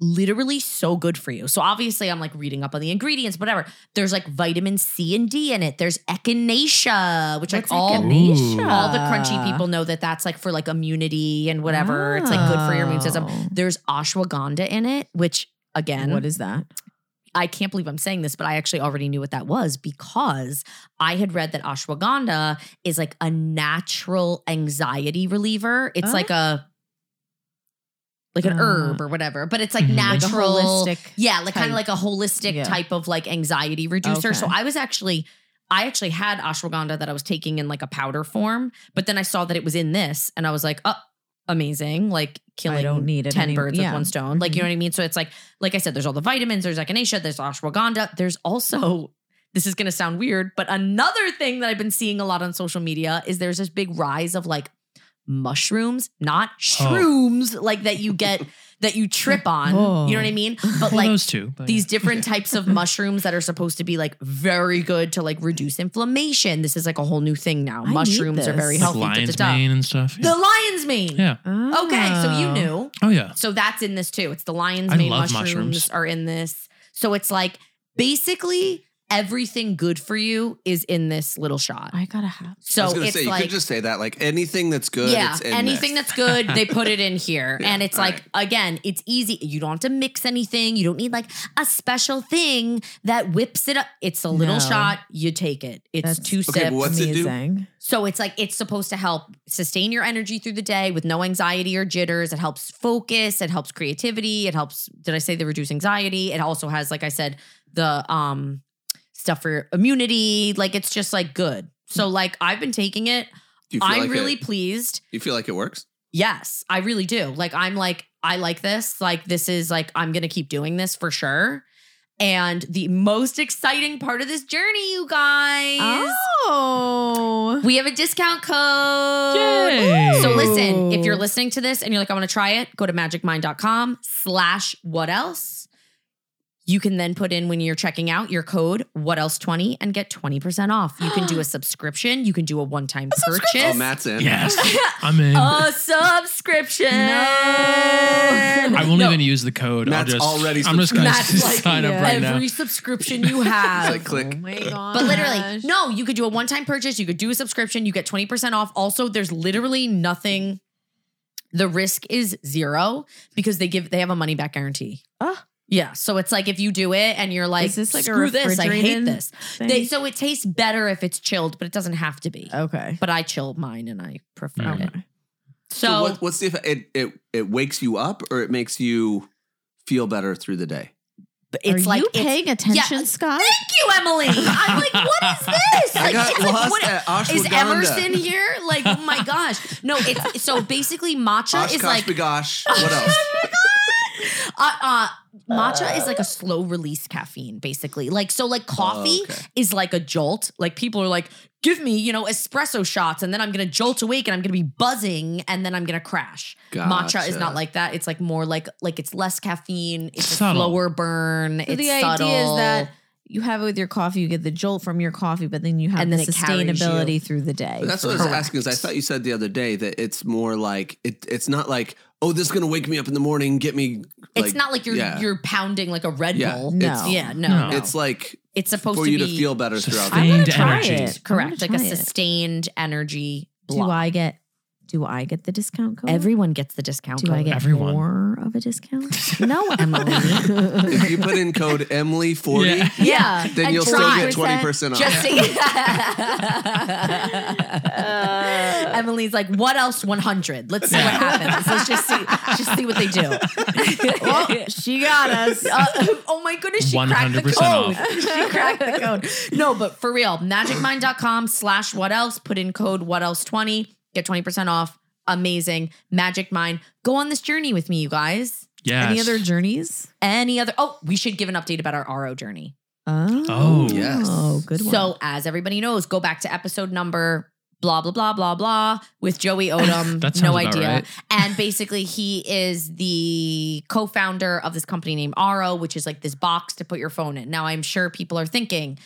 A: literally so good for you. So obviously I'm like reading up on the ingredients, whatever. There's like vitamin C and D in it. There's echinacea, which like
B: What's
A: all
B: echinacea?
A: all the crunchy people know that that's like for like immunity and whatever. It's like good for your immune system.
B: Oh.
A: There's ashwagandha in it, which again,
B: what is that?
A: I can't believe I'm saying this, but I actually already knew what that was because I had read that ashwagandha is like a natural anxiety reliever. It's
B: Oh.
A: like a like an
B: Uh, Mm-hmm.
A: herb or whatever, but it's like
C: Mhm. Like
B: Like a
A: natural.
B: holistic-
A: yeah, like kind of
B: type.
A: like a holistic
B: Yeah.
A: type of like anxiety reducer. So
B: Okay.
A: I was actually I actually had ashwagandha that I was taking in like a powder form, but then I saw that it was in this and I was like, "Oh, amazing. Like killing
B: I don't need it.
A: 10
B: any-
A: birds
B: yeah.
A: with one stone. Like, you
B: Mhm.
A: know what I mean? So it's like, like I said, there's all the vitamins, there's echinacea, there's ashwagandha. There's also, this is going to sound weird, but another thing that I've been seeing a lot on social media is there's this big rise of like mushrooms, not
B: Oh.
A: shrooms, like that you get, that you trip on. You know what I
B: Oh.
A: mean? But
C: Well,
A: like,
C: those two. but
A: these different types of mushrooms that are supposed to be like very good to like reduce inflammation. This is like a whole new thing now.
B: I need
A: mushrooms are
B: this.
A: very
B: Like
C: yeah. like
A: healthy.
C: lion's
A: da, da, da.
C: mane and stuff.
A: The lion's mane.
C: yeah.
A: Okay, so you
B: Oh.
A: knew.
C: Oh yeah.
A: So that's in this too. It's the lion's
C: I
A: mane
C: love
A: mushrooms,
C: mushrooms.
A: are in this. So it's like basically everything good for you is in this little shot.
B: I gotta have.
A: So
D: I was gonna
A: it's
D: say you
A: like
D: could just say that like anything that's good.
A: yeah,
D: it's in
A: anything
D: this.
A: that's good, they put it in here.
D: Yeah,
A: and it's
D: all
A: like, again, it's easy. You don't have to mix anything. You don't need like a special thing that whips it up. It's a little
B: No.
A: shot. You take it. It's
B: That's-
A: two sips.
D: Okay, but what- What's it do?
B: Amazing.
A: So it's like it's supposed to help sustain your energy through the day with no anxiety or jitters. It helps focus, it helps creativity, it helps did I say the reduce anxiety? It also has like I said the um stuff for immunity, like it's just like good. So like I've been taking it.
D: Do you feel
A: I'm
D: like
A: really
D: It,
A: pleased.
D: you feel like it works? Oh,
A: Yes, I really do. Like I'm like I like this. Like this is like I'm going to keep doing this for sure. And the most exciting part of this journey, you guys.
B: Oh.
A: We have a discount code.
C: Yay.
A: Oh, So listen, if
B: Ooh.
A: you're listening to this and you're like, I want to try it, go to magicmind.com slash what else. You can then put in when you're checking out your code what else 20 and get 20% off. You can do a subscription, you can do a one-time
D: Oh,
A: purchase.
D: Matt's in.
C: Yes. I'm in.
A: a subscription.
C: I won't
A: No.
C: even use the code.
D: Matt's
C: I'll just,
D: already
C: I'm just gonna
A: subscribed. Matt's like,
C: sign up
B: yeah.
C: right now.
A: every subscription you have.
D: It's like click.
B: Oh
A: but literally, no, you could do a one time purchase, you could do a subscription, you get 20% off. Also, there's literally nothing. The risk is zero because they give they have a money back guarantee.
B: Ah.
A: Yeah. So it's like if you do it and you're like,
B: Is this like a
A: screw this, I hate
B: refrigerated
A: this. They, so it tastes better if it's chilled, but it doesn't have to be.
B: okay.
A: But I chill mine and I prefer
C: Mm.
A: it.
B: Okay.
A: So,
D: So, what, what's the effect? It, it it wakes you up or it makes you feel better through the day?
A: it's
B: Are
A: like
B: you
A: it's-
B: paying attention, Scott?
A: Thank you, Emily. I'm like, what is this?
D: I
A: Like,
D: got
A: it's like,
D: lost
A: what-
D: at Ashwagandha.
A: Is Emerson here? Like, oh my gosh. No, it's so basically matcha
D: Oshkosh
A: is like
D: begosh. What else?
A: uh, uh matcha is like a slow release caffeine, basically. Like so like coffee
D: Oh, okay.
A: is like a jolt. Like people are like, give me, you know, espresso shots and then I'm going to jolt awake and I'm going to be buzzing and then I'm going to crash. Matcha is
D: Gotcha.
A: not like that. It's like more like like it's less caffeine, it's
C: Subtle.
A: a slower burn,
B: So
A: it's
B: the
A: subtle.
B: idea is that you have it with your coffee, you get the jolt from your coffee, but then you have
A: And
B: the
A: then it carries you.
B: sustainability through the day.
D: But that's what I was
A: Correct.
D: asking. Is I thought you said the other day that it's more like it. It's not like oh, this is gonna wake me up in the morning, get me.
A: it's
D: like-
A: not like you're
D: yeah.
A: you're pounding like a Red
D: Yeah,
A: Bull.
B: No.
D: It's,
A: Yeah, no.
C: No.
A: no.
D: it's like
A: It's supposed
D: for
A: to
D: you
A: be
D: to feel better throughout.
B: I
C: Sustained.
D: the
B: want
C: Sustained
B: to try
C: energies.
B: it. I wanna
A: correct, like a
B: try it.
A: sustained energy
B: Do
A: block.
B: I get? Do I get the discount code?
A: Everyone gets the discount
B: do
A: code.
B: I get
C: Everyone.
B: more of a discount? no, Emily.
D: If you put in code Emily forty,
C: Yeah.
A: yeah.
D: then
A: And
D: you'll still get
A: 20%.
D: twenty percent off.
A: Just
B: Uh.
A: Emily's like, what else? One hundred. Let's see what happens. Let's just see. Just see what they do.
B: Oh, she got us.
A: Uh, oh my goodness, she cracked the
C: 100%
A: code.
C: off.
A: she cracked the code. No, but for real, magicmind.com slash what else, put in code what else 20, get 20% off. Amazing. Magic Mind. Go on this journey with me, you guys.
C: Yes.
B: Any other journeys?
A: Any other, oh, we should give an update about our RO journey.
B: Oh,
C: Oh.
D: Yes.
B: Oh, good one.
A: So, as everybody knows, go back to episode number blah blah blah blah blah with Joey Odom.
C: That sounds
A: no
C: about
A: idea.
C: right.
A: And basically, he is the co-founder of this company named Aro, which is like this box to put your phone in. Now, I'm sure people are thinking,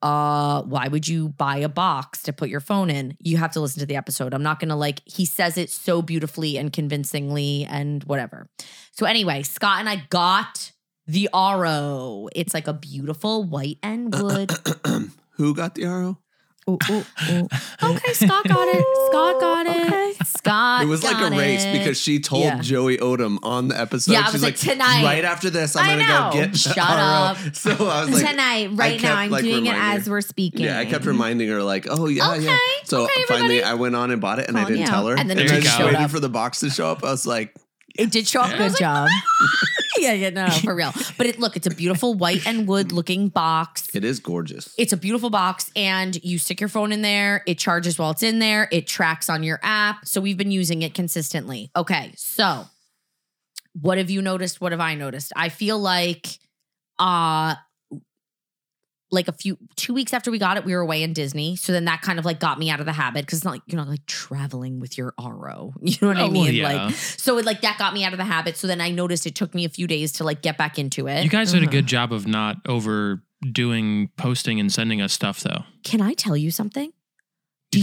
A: uh, why would you buy a box to put your phone in? You have to listen to the episode. I'm not gonna like. He says it so beautifully and convincingly and whatever. So anyway, Scott and I got. The Aro. It's like a beautiful white and wood
D: Who got the arrow?
B: Ooh, ooh, ooh.
A: Okay, Scott got it. Scott got it.
B: Okay.
A: Scott.
D: It was like
A: got
D: a race
A: it.
D: because she told
A: Yeah.
D: Joey Odom on the episode.
A: Yeah, I
D: she's
A: was like, "Tonight."
D: Right after this, I'm
A: I
D: gonna
A: know.
D: go get the
A: Shut
D: RO."
A: up.
D: So I was like,
B: Tonight, right
D: I
B: now,
D: kept,
B: I'm
D: like,
B: doing it
D: reminding-
B: as we're speaking.
D: Yeah, I kept reminding her like, "Oh yeah, yeah."
A: Okay,
D: So
A: okay, everybody.
D: finally, I went on and bought it, and I
B: Calling
D: didn't
B: you
D: tell
B: out.
D: her.
A: And then
C: it
D: I was
C: just
D: just
C: showed
D: waiting
A: up.
D: for the box to show up. I was like,
A: it did show up. and I
B: Good
A: was like,
B: job.
A: yeah, yeah, no, for real. But it look, it's a beautiful white and wood looking box.
D: "It is gorgeous."
A: It's a beautiful box, and you stick your phone in there. It charges while it's in there. It tracks on your app. So we've been using it consistently. Okay, so what have you noticed? What have I noticed? I feel like, uh, like a few two weeks after we got it, we were away in Disney. So then that kind of like got me out of the habit because it's not like you're not like traveling with your RO. You know what I
C: Oh, well,
A: mean?
C: yeah.
A: Like so, it like that got me out of the habit. So then I noticed it took me a few days to like get back into it.
C: You guys did a
B: Uh-huh.
C: good job of not overdoing posting and sending us stuff, though.
A: Can I tell you something?
C: You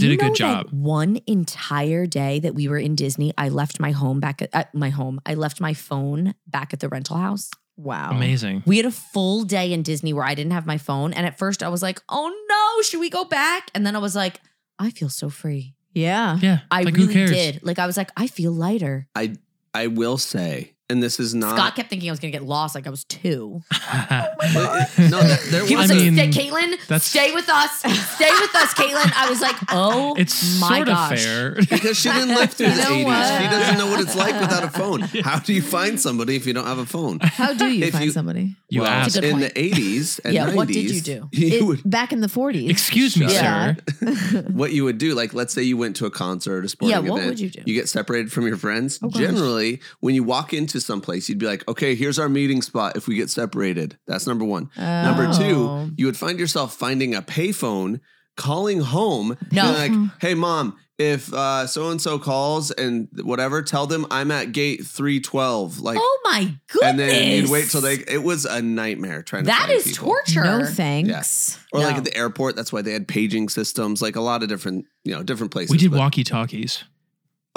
A: Do
C: did a
A: know
C: good
A: that
C: job.
A: One entire day that we were in Disney, I left my home back at, at my home. I left my phone back at the rental house.
B: Wow.
C: Amazing.
A: We had a full day in Disney where I didn't have my phone, and at first I was like, "Oh no, should we go back?" And then I was like, "I feel so free."
B: Yeah.
C: Yeah.
A: I
C: like,
A: really
C: who cares?
A: did. Like I was like, "I feel lighter."
D: I will say, and this is not
A: Scott kept thinking I was gonna get lost, like I was two.
D: no, that, there
A: He was
D: was
C: I
A: like,
C: mean,
A: "Stay, Caitlin,
C: that's-
A: stay with us, stay with us, Caitlin." I was like, "Oh,
C: It's
A: my
C: sort
A: gosh."
C: of fair.
D: because she didn't live through
B: You
D: the
B: know
D: 80s.
B: what?
D: She doesn't know what it's like without a phone. How do you find somebody if you don't have a phone?
B: How do you
D: If
B: find
D: you-
B: somebody?
C: You
D: well,
C: asked.
A: It's a good
D: in
A: point.
D: the 80s and
A: Yeah,
D: 90s.
A: what did you do?
D: You
B: It-
D: would,
B: back in the 40s.
C: Excuse me,
D: Shut
C: sir.
D: what you would do, like let's say you went to a concert, a sporting
A: Yeah,
D: event.
A: what would you do?
D: You get separated from your friends.
B: Oh, gosh.
D: Generally, when you walk into someplace, you'd be like, okay, here's our meeting spot if we get separated. That's number one. Number
B: Oh.
D: two, you would find yourself finding a payphone, calling home,
A: No. Mm-hmm.
D: being like, hey, mom, if so and so calls and whatever, tell them I'm at gate 312. Like,
A: Oh my goodness!
D: and then you'd wait till they, it was a nightmare trying to
A: That
D: find
A: is
D: people.
A: torture.
B: No thanks.
D: Or like
A: No.
D: at the airport, that's why they had paging systems, like a lot of different, you know, different places.
C: We did
D: but-
C: walkie talkies.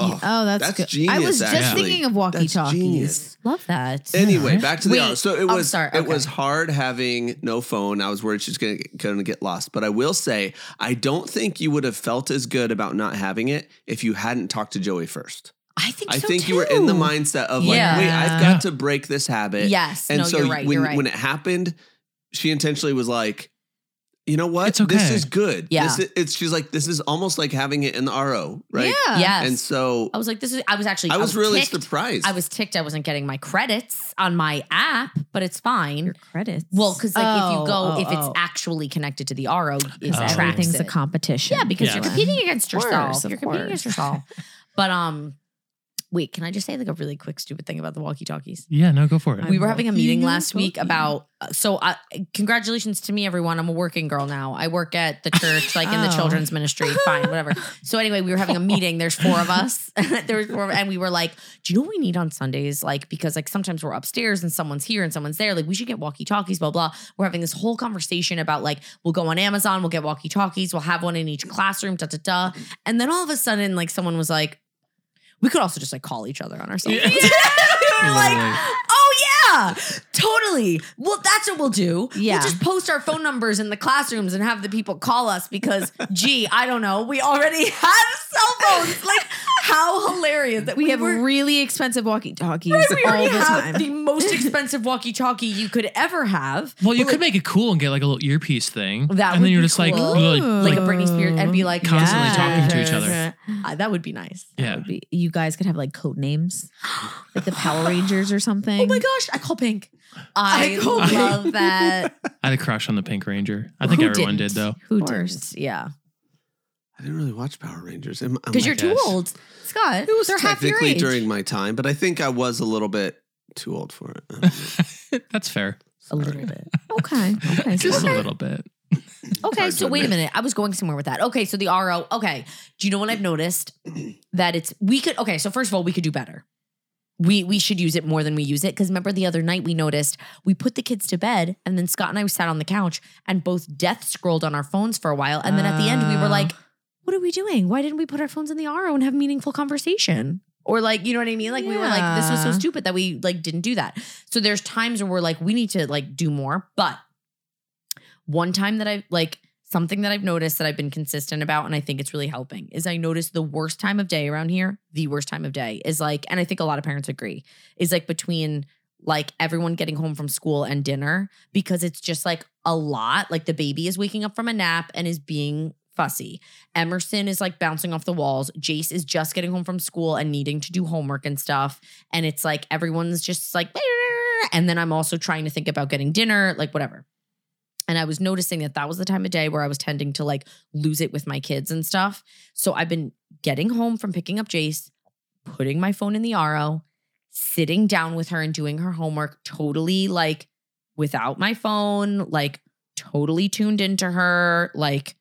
D: Oh,
B: Oh, that's,
D: That's
B: good. I
D: genius,
B: was just
C: actually.
B: thinking of
D: That's
B: walkie-talkies.
D: genius.
A: Love that.
D: Anyway, back to the
A: Wait,
D: hour. So it
A: I'm
D: was
A: sorry,
D: it was
A: okay.
D: hard having no phone. I was worried she's gonna gonna get lost. But I will say, I don't think you would have felt as good about not having it if you hadn't talked to Joey first.
A: I think
D: I
A: so
D: think you were in the
A: too.
D: mindset of like,
A: Yeah.
D: wait, I've
C: Yeah.
D: got to break this habit.
A: Yes.
D: And
A: no,
D: so
A: you're right.
D: when
A: you're right.
D: when it happened, she intentionally was like, you know what?
C: It's okay.
D: This is good.
A: Yeah.
D: This is, it's she's like, this is almost like having it in the RO, right?
B: Yeah.
A: yes.
D: And so
A: I was like, this is. I was actually.
D: I was really
A: ticked.
D: surprised.
A: I was ticked. I wasn't getting my credits on my app, but it's fine.
B: Your credits.
A: Well, because like if
B: Oh,
A: you go,
B: oh,
A: if it's
B: oh.
A: actually connected to the RO, it
C: Oh.
A: tracks
B: everything's
A: it.
B: a competition.
A: Yeah, because
C: Yeah.
A: you're competing against
B: Of course,
A: yourself.
B: of
A: you're competing against
B: course.
A: yourself. But um, Wait, can I just say like a really quick stupid thing about the walkie talkies?
C: Yeah, no, go for it.
B: I'm
A: we were having a meeting
B: walking and
A: last week
B: talking.
A: about uh, so I, congratulations to me everyone i'm a working girl now i work at the church like in the
B: Oh.
A: children's ministry fine whatever so anyway we were having a meeting there's four of us there was four of- and we were like do you know what we need on sundays like because like sometimes we're upstairs and someone's here and someone's there like we should get walkie talkies blah blah we're having this whole conversation about like we'll go on amazon we'll get walkie talkies we'll have one in each classroom da da da and then all of a sudden like someone was like we could also just like call each other on our cell
C: Yeah.
A: phones. we were like,
C: Literally.
A: oh yeah, totally. Well, that's what we'll do.
B: Yeah.
A: We'll just post our phone numbers in the classrooms and have the people call us because, gee, I don't know, we already have cell phones. Like, how hilarious that we,
B: We, have
A: were-
B: really expensive walkie talkies
A: we
B: all
A: already
B: the
A: have
B: time.
A: the most expensive walkie-talkie you could ever have.
C: Well, you
A: But,
C: could make it cool and get like a little earpiece thing.
A: That
C: and
A: would
C: then you're
A: be
C: just like,
A: cool.
C: like,
A: like,
C: like,
A: a Britney Spears and be like
C: Constantly
A: yeah.
C: talking to each other.
A: Uh, that would be nice.
C: yeah.
B: Be- you guys could have like code names, like the Power Rangers or something.
A: Oh my gosh, I call Pink. I,
B: I call Pink.
A: love that.
C: I had a crush on the Pink Ranger. I think
A: Who
C: everyone
A: didn't?
C: did though.
B: Who
A: Of
B: did?
A: course, yeah.
D: I didn't really watch Power Rangers. Am- am
A: Because
D: I-
A: you're too
C: guess.
A: old.
B: Scott,
D: It was
B: they're half your
D: technically
B: age.
D: during my time, but I think I was a little bit too old for it. I don't know.
C: That's fair.
A: A
D: Sorry.
A: little bit.
B: okay. Okay.
C: Just
B: okay.
C: a little bit.
A: Okay,
D: Hard
A: so
D: to
A: wait a
D: admit.
A: minute. I was going somewhere with that. Okay, so the RO. Okay, do you know what I've noticed? That it's we could. Okay, so first of all, we could do better. We we should use it more than we use it because remember the other night we noticed we put the kids to bed and then Scott and I sat on the couch and both death scrolled on our phones for a while and then at the end we were
B: Oh.
A: like, what are we doing? Why didn't we put our phones in the RO and have meaningful conversation? Or like, you know what I mean? Like we were like, this was so
B: Yeah.
A: stupid that we like didn't do that. So there's times where we're like, we need to like do more. But one time that I like something that I've noticed that I've been consistent about and I think it's really helping is I noticed the worst time of day around here, the worst time of day is like, and I think a lot of parents agree, is like between like everyone getting home from school and dinner because it's just like a lot. Like the baby is waking up from a nap and is being fussy. Emerson is like bouncing off the walls. Jace is just getting home from school and needing to do homework and stuff. And it's like everyone's just like, and then I'm also trying to think about getting dinner, like whatever. And I was noticing that that was the time of day where I was tending to like lose it with my kids and stuff. So I've been getting home from picking up Jace, putting my phone in the RO, sitting down with her and doing her homework totally like without my phone, like totally tuned into her, like,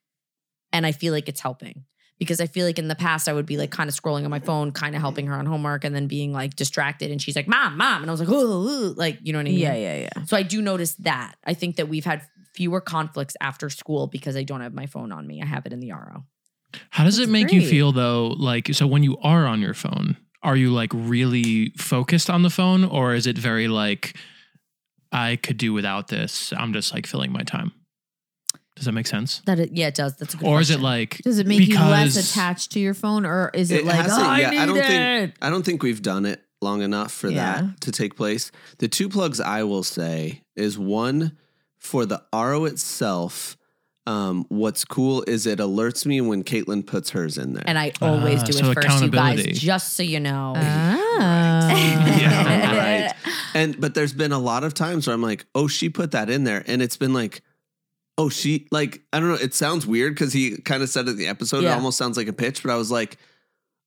A: and I feel like it's helping. Because I feel like in the past I would be like kind of scrolling on my phone, kind of helping her on homework, and then being like distracted. And she's like, "Mom, mom," and I was like, "Ooh, ooh," like you know what I mean?"
B: Yeah, yeah, yeah.
A: So I do notice that. I think that we've had fewer conflicts after school because I don't have my phone on me. I have it in the RO.
C: How does
B: That's
C: it make you
B: great.
C: feel though? Like, so when you are on your phone, are you like really focused on the phone or is it very like, I could do without this? I'm just like filling my time. Does that make sense?
A: That it, yeah, it does. That's a good
C: Or is
A: question.
C: it like,
B: Does it make you less
C: Because-
B: attached to your phone, or is it,
D: It
B: like,
D: has
B: oh,
D: to-
B: I
D: yeah,
B: need
D: I don't
B: it?
D: think- I don't think we've done it long enough for
B: Yeah.
D: that to take place. The two plugs I will say is one for the RO itself. Um, what's cool is it alerts me when Caitlin puts hers in there.
A: and I always
C: Ah,
A: do it
C: so
A: first, you guys,
C: accountability.
A: just so you know.
D: Uh,
B: Oh.
D: Yeah, right. And but there's been a lot of times where I'm like, oh, she put that in there, and it's been like, oh, she like I don't know. It sounds weird because he kind of said it in the episode. It
A: Yeah.
D: almost sounds like a pitch, but I was like,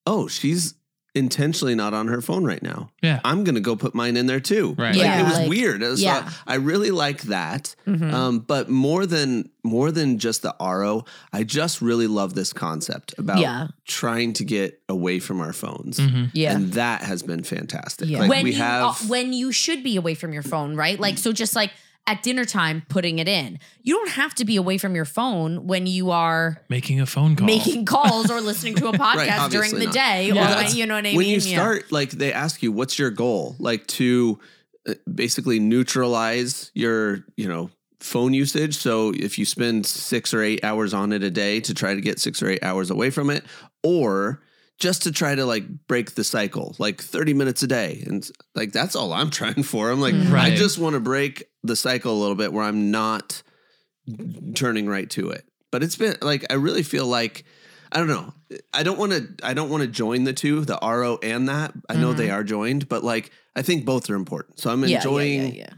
D: oh, she's intentionally not on her phone right now.
C: Yeah.
D: I'm gonna go put mine in there too.
C: Right.
D: Like,
A: Yeah,
D: it was
A: like-
D: weird. It was
A: yeah.
D: like- I really like that.
C: Mm.
A: Mhm.
D: Um, but more than more than just the RO, I just really love this concept about
A: Yeah. Mm.
D: trying to get away from our phones.
C: Mhm.
A: yeah.
D: And that has been fantastic.
B: Yeah.
D: Like
A: when
D: we
A: you
D: have
A: uh, when you should be away from your phone, right? Like so just like at dinner time putting it in. You don't have to be away from your phone when you are
C: Making a phone call.
A: making calls or listening to a podcast during
D: obviously
A: the
D: not.
A: day
C: Yeah.
A: or when,
C: That's-
A: you know what I mean?
D: when you
A: Yeah.
D: start like they ask you what's your goal like to uh, basically neutralize your you know phone usage so if you spend six or eight hours on it a day to try to get six or eight hours away from it or just to try to like break the cycle like 30 minutes a day and like that's all i'm trying for i'm like i
C: Right.
D: just want to break the cycle a little bit where i'm not turning right to it but it's been like i really feel like I don't know. I don't want to. I don't want to join the two, the RO and that. I know
A: Mm-hmm.
D: they are joined, but like I think both are important. So I'm
A: Yeah, yeah, yeah,
D: enjoying.
A: yeah.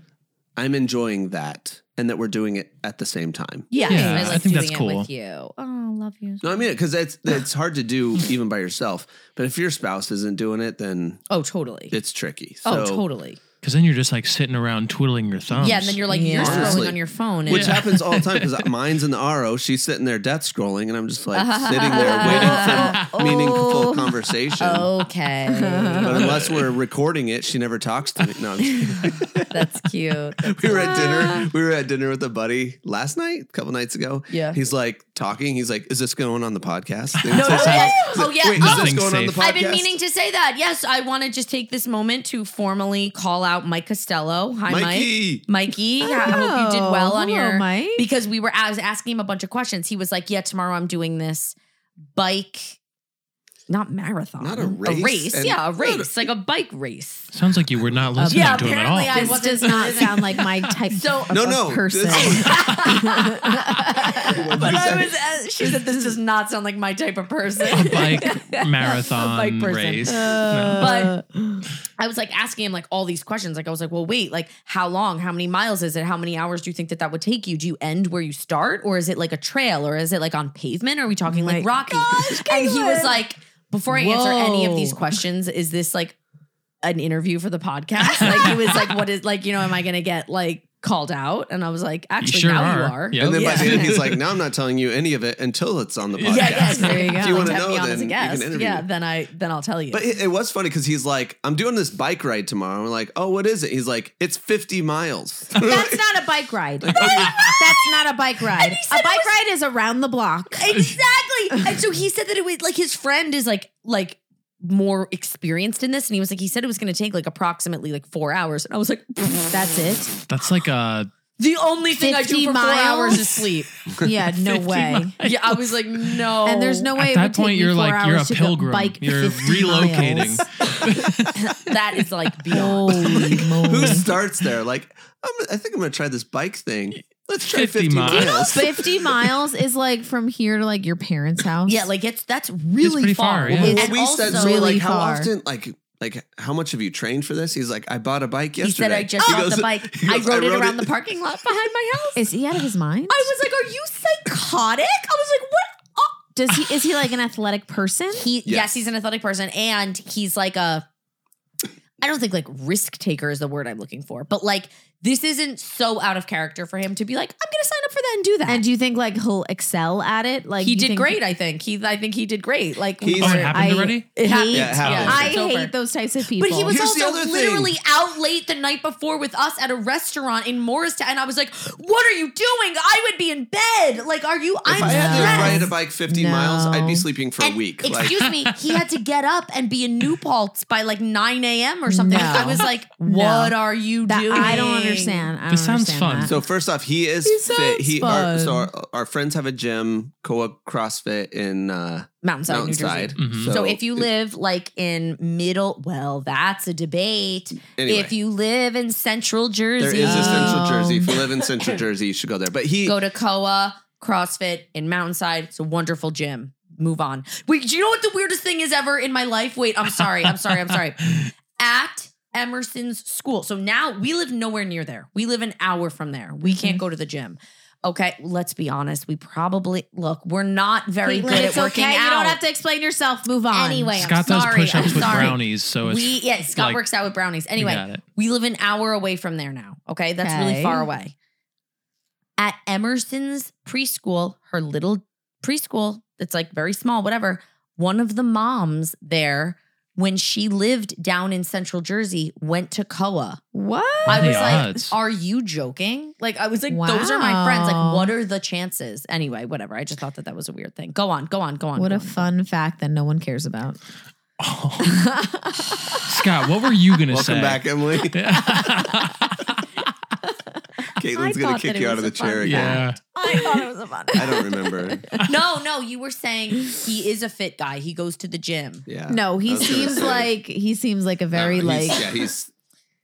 D: I'm enjoying that and that we're doing it at the same time.
A: Yes,
C: Yeah,
A: I
C: I
A: like
C: think
A: doing
C: that's
A: it
C: cool.
A: with you. Oh, love you.
D: No, I mean it because it's it's hard to do even by yourself. But if your spouse isn't doing it, then
A: Oh, totally.
D: it's tricky.
A: oh, totally.
C: Because then you're just like sitting around twiddling your thumbs.
A: Yeah, and then you're like you're
B: Yeah.
A: scrolling
D: Honestly.
A: on your phone. And
D: Which
C: Yeah.
D: happens all the time because mine's in the RO. She's sitting there death scrolling, and I'm just like sitting there waiting for
A: Oh.
D: meaningful conversation.
A: okay,
D: But unless we're recording it, she never talks to me. No, I'm just kidding.
A: that's cute.
D: we were at
A: Ah.
D: dinner. We were at dinner with a buddy last night, a couple nights ago.
A: Yeah.
D: He's like talking. He's like, "Is this going on the podcast?" no,
A: yes. Oh, yeah.
D: Wait, is this
C: Nothing's
D: going on the
C: safe.
D: podcast?
A: I've been meaning to say that. Yes, I want to just take this moment to formally call out Mike Costello. Hi, Mike.
D: Mikey.
A: Mikey, I hope you did
B: Oh,
A: well on
B: hello,
A: your
B: Mike.
A: because we were. I was asking him a bunch of questions. He was like, "Yeah, tomorrow I'm doing this bike, not marathon,
D: Not a race, and-
A: yeah, a
D: not a-
A: race, like a bike race."
C: Sounds like you were not listening
A: yeah,
C: to him at all.
A: apparently I
B: This
A: wasn't-
B: does not sound like my type
A: So-
B: of
D: No,
B: of
D: no,
B: person.
D: this-
A: but I was. uh, She said, "This does not sound like my type of person."
C: a bike marathon
A: bike person.
C: race.
A: But- I was like asking him like all these questions. Like I was like, well, wait, like how long? How many miles is it? How many hours do you think that that would take you? Do you end where you start, or is it like a trail, or is it like on pavement? Are we talking like
B: my
A: rocky? and he was like, before I answer any of these
B: Whoa.
A: questions, is this like an interview for the podcast? like he was like, what is like you know, am I gonna get like called out? And I was like, actually,
C: sure
A: now you
C: are.
A: are.
C: Yep.
D: And then
A: Yeah.
D: by the end, he's like, "Now I'm not telling you any of it until it's on the
C: Yeah,
D: podcast."
A: Yeah, yes,
B: There you
A: there you
B: go.
A: go.
B: If you
D: wanna
A: like, have
D: know,
A: me on as a
D: then you can
A: guest.
D: interview
A: yeah,
D: me.
A: then I then I'll tell you.
D: But it, it was funny because he's like, "I'm doing this bike ride tomorrow." And we're like, "Oh, what is it?" He's like, "It's 50 miles."
B: That's not a bike ride. That's not a bike ride.
A: he
B: A
A: said it
B: bike ride is around the block.
A: Exactly. and so he said that it was like his friend is like like more experienced in this, and he was like he said it was going to take like approximately like four hours, and I was like,
B: That's it.
C: That's like uh, a
A: the only thing I do
B: 50
A: for
B: miles?
A: four hours is sleep.
B: Yeah, no way.
A: yeah, I was like, no,
B: And there's no way
C: at
B: it
C: that
B: would take
C: point
B: me
C: you're
B: four
C: like you're a
B: hours to go
C: pilgrim.
B: Bike
C: you're
B: 50
C: relocating.
B: miles.
A: that is like beyond.
B: Holy
D: Who
B: moly!
D: starts there? Like, I'm, I think I'm going to try this bike thing. Let's try
C: 50
D: 50,
C: miles.
D: miles.
B: Fifty miles is like from here to like your parents' house.
A: yeah, like it's that's really
C: pretty
A: far.
C: far, yeah.
A: And
D: Well, we
A: also,
D: said so
B: Really
D: like how
B: far.
D: often like like how much have you trained for this? He's like, I bought a bike
A: he said
D: yesterday.
A: I just
D: He
A: got
D: goes-
A: the bike.
D: he
A: I
D: goes,
A: rode it
D: rode
A: around the parking lot behind my house.
B: is he out of his mind?
A: I was like, are you psychotic? I was like, what
B: Does he? Is he like an athletic person?
A: He yes.
D: Yes.
A: he's an athletic person, and he's like a. I don't think like risk taker is the word I'm looking for, but like this isn't so out of character for him to be like, I'm going to sign up for that and do that.
B: And do you think like he'll excel at it? Like
A: he
B: you
A: did
B: think-
A: great, I think. He I think he did great. Like we
D: He's-
C: Oh,
A: were-
C: it happened
B: I-
C: already?
A: it happened.
B: Yeah,
D: it happened.
A: Yeah,
B: I
A: it's over.
B: hate those types of people.
A: But he was
D: Here's the
A: also
D: other thing.
A: literally out late the night before with us at a restaurant in Morristown, and I was like, "What are you doing? I would be in bed. Like, are you?
D: If
A: I'm
D: I had to
A: stressed."
D: ride a bike 50
B: No.
D: miles, I'd be sleeping for
A: And
D: a week. Like,
A: Excuse me, he had to get up and be in New Paltz by like 9 a.m. or something.
B: No.
A: I was like,
B: No.
A: what are you
B: That-
A: doing?
B: I don't understand. I don't
C: This sounds
B: understand
C: fun.
B: that.
D: so first off, he is
B: He
D: fit. He our,
B: sounds
D: so
B: fun.
D: our, our friends have a gym, Coa CrossFit in uh,
A: Mountainside, New
D: Mountainside.
A: Jersey.
C: Mhm.
A: So, if you live like in middle, well, that's a debate.
D: Anyway.
A: If you live in central Jersey,
D: there is a Central
B: Oh.
D: Jersey. If you live in Central Jersey, you should go there. But he
A: go to Koa CrossFit in Mountainside. It's a wonderful gym. Move on. Wait, do you know what the weirdest thing is ever in my life? Wait, I'm sorry. I'm sorry. I'm sorry. At Emerson's school. So now we live nowhere near there. We live an hour from there.
B: Mm-hmm.
A: We can't go to the gym. Okay, let's be honest. We probably look. We're not very
B: Caitlin,
A: good at
B: it's
A: working
B: okay.
A: out.
B: You don't have to explain yourself. Move on.
A: Anyway,
C: Scott
A: I'm
C: does
A: sorry.
C: push-ups
A: I'm
C: with
A: sorry.
C: brownies, so it's
A: we yeah, Scott
C: like-
A: works out with brownies. Anyway,
C: got it.
A: we live an hour away from there now. Okay. That's really
B: Okay.
A: far away. At Emerson's preschool, her little preschool that's like very small, whatever, one of the moms there, when she lived down in central Jersey, went to Koa.
B: what?
A: I
C: the
A: was
C: odds?
A: like, are you joking? Like, I was like, those are my friends. Like,
B: Wow.
A: what are the chances? Anyway, whatever. I just thought that that was a weird thing. Go on, go on, go on.
B: what
A: go
B: a
A: on.
B: fun fact that no one cares about.
C: Oh, Scott, what were you gonna
D: welcome
C: say?
D: back, Emily.
A: I
D: Caitlin's gonna
A: thought
D: kick
A: that it
D: you out
A: was
D: of
A: a
D: the chair
A: fun
D: again.
C: yeah.
B: I thought it was a fun.
D: I don't remember.
A: No, no, you were saying he is a fit guy. He goes to the gym.
D: Yeah.
B: No,
D: I
B: he
D: was gonna
B: seems
D: say.
B: like he seems like a very
D: No,
B: like
D: he's- yeah, he's.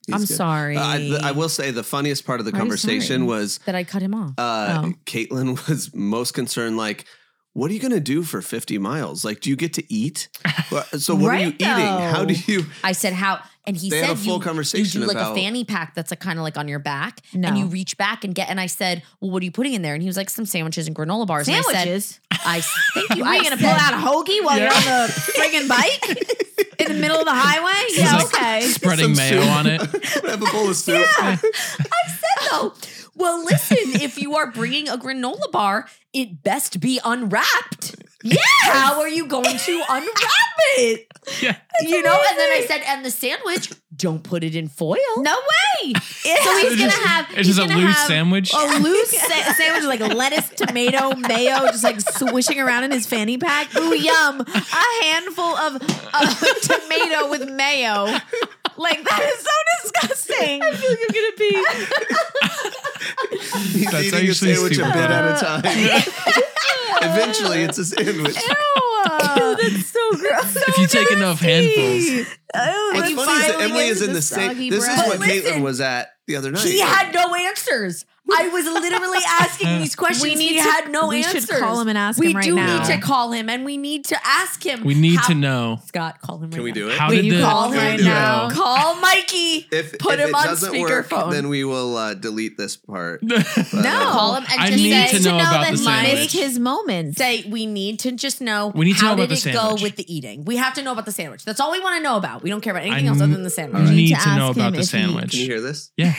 D: he's
A: I'm
D: good.
A: sorry
D: Uh, I, th- I will say the funniest part of the
B: Why are you
D: conversation
B: sorry?
D: was
A: that I cut him off.
D: uh,
B: Oh.
D: Caitlin was most concerned, like, what are you going to do for 50 miles? Like, do you get to eat? Wha- So, what are you
B: Right,
D: eating? How do
B: though.
D: you?
A: I said how And he
D: They
A: said
D: had a full
A: you,
D: conversation
A: you do like
D: about-
A: a fanny pack that's like kind of like on your back,
B: No.
A: and you reach back and get. And I said, "Well, what are you putting in there?" And he was like, "Some sandwiches and granola bars." And I said,
B: Sandwiches.
A: "I s- thank you."
B: Are
A: I
B: you gonna
A: said-
B: pull out a hoagie while
C: Yeah.
B: you're on the friggin' bike in the middle of the highway?
C: He's
B: Yeah,
C: like,
B: okay.
C: Spreading
D: Some
C: mayo
D: soup.
C: on it.
D: I'm gonna have a bowl of soup.
A: though. "Oh, Well, listen, if you are bringing a granola bar, it best be unwrapped. Yeah. How are you going to unwrap it?
C: Yeah.
A: You know, and then I said, and the sandwich, don't put it in foil.
B: No way.
A: So he's
C: It's
A: gonna
C: just-
A: have.
C: It's
A: he's
C: just a
A: gonna
C: loose
A: have-
C: sandwich.
B: A loose sa- sandwich, like lettuce, tomato, mayo, just like swishing around in his fanny pack. Ooh, yum! A handful of of tomato with mayo. Like that is so disgusting. I feel like I'm gonna be.
D: He's
C: That's
D: eating a
C: actually
D: sandwich a
C: stupid.
D: bit at a time. Eventually, it's a sandwich.
B: that's so gross.
C: if you take enough handfuls,
D: What's
B: you
D: funny is that
B: finally
D: Emily
B: get
D: is
B: to
D: in the
B: soggy
D: same. This is
B: bread.
D: what
A: But listen,
D: Caitlin was at the other night.
A: He had no answers. I was literally asking these questions.
B: We need
A: he
B: to-
A: had no
B: we should
A: answers.
B: call him and ask
A: we
B: him right
A: do
B: now.
A: need to call him, and we need to ask him.
C: we need
A: how-
C: to know
A: Scott, call him.
D: Can
A: right
D: we
A: now.
D: do it?
C: how
B: Will
C: did
B: you
C: the
B: call
D: Can we
B: right
D: do it?
B: now?
A: Call Mikey.
D: If,
A: Put
D: if
A: him
D: it
A: on
D: doesn't work,
A: speakerphone.
D: then we will uh, delete this part. uh,
C: No.
B: No.
A: Call him and
C: I
A: just
C: need
A: say,
C: to know about
B: that
C: the
B: Mike
C: sandwich.
B: his moment.
A: say we need to just know
C: We need to
A: how
C: know about
A: did
C: the
A: it
C: sandwich.
A: go with the eating. We have to know about the sandwich. That's all we want to know about. We don't care about anything
C: I
A: else other
C: kn-
A: than the sandwich.
D: All right.
C: need
B: need
C: to,
B: to
C: know
B: ask him
C: about the
B: if he-
C: sandwich.
D: Can you hear this?
C: Yeah.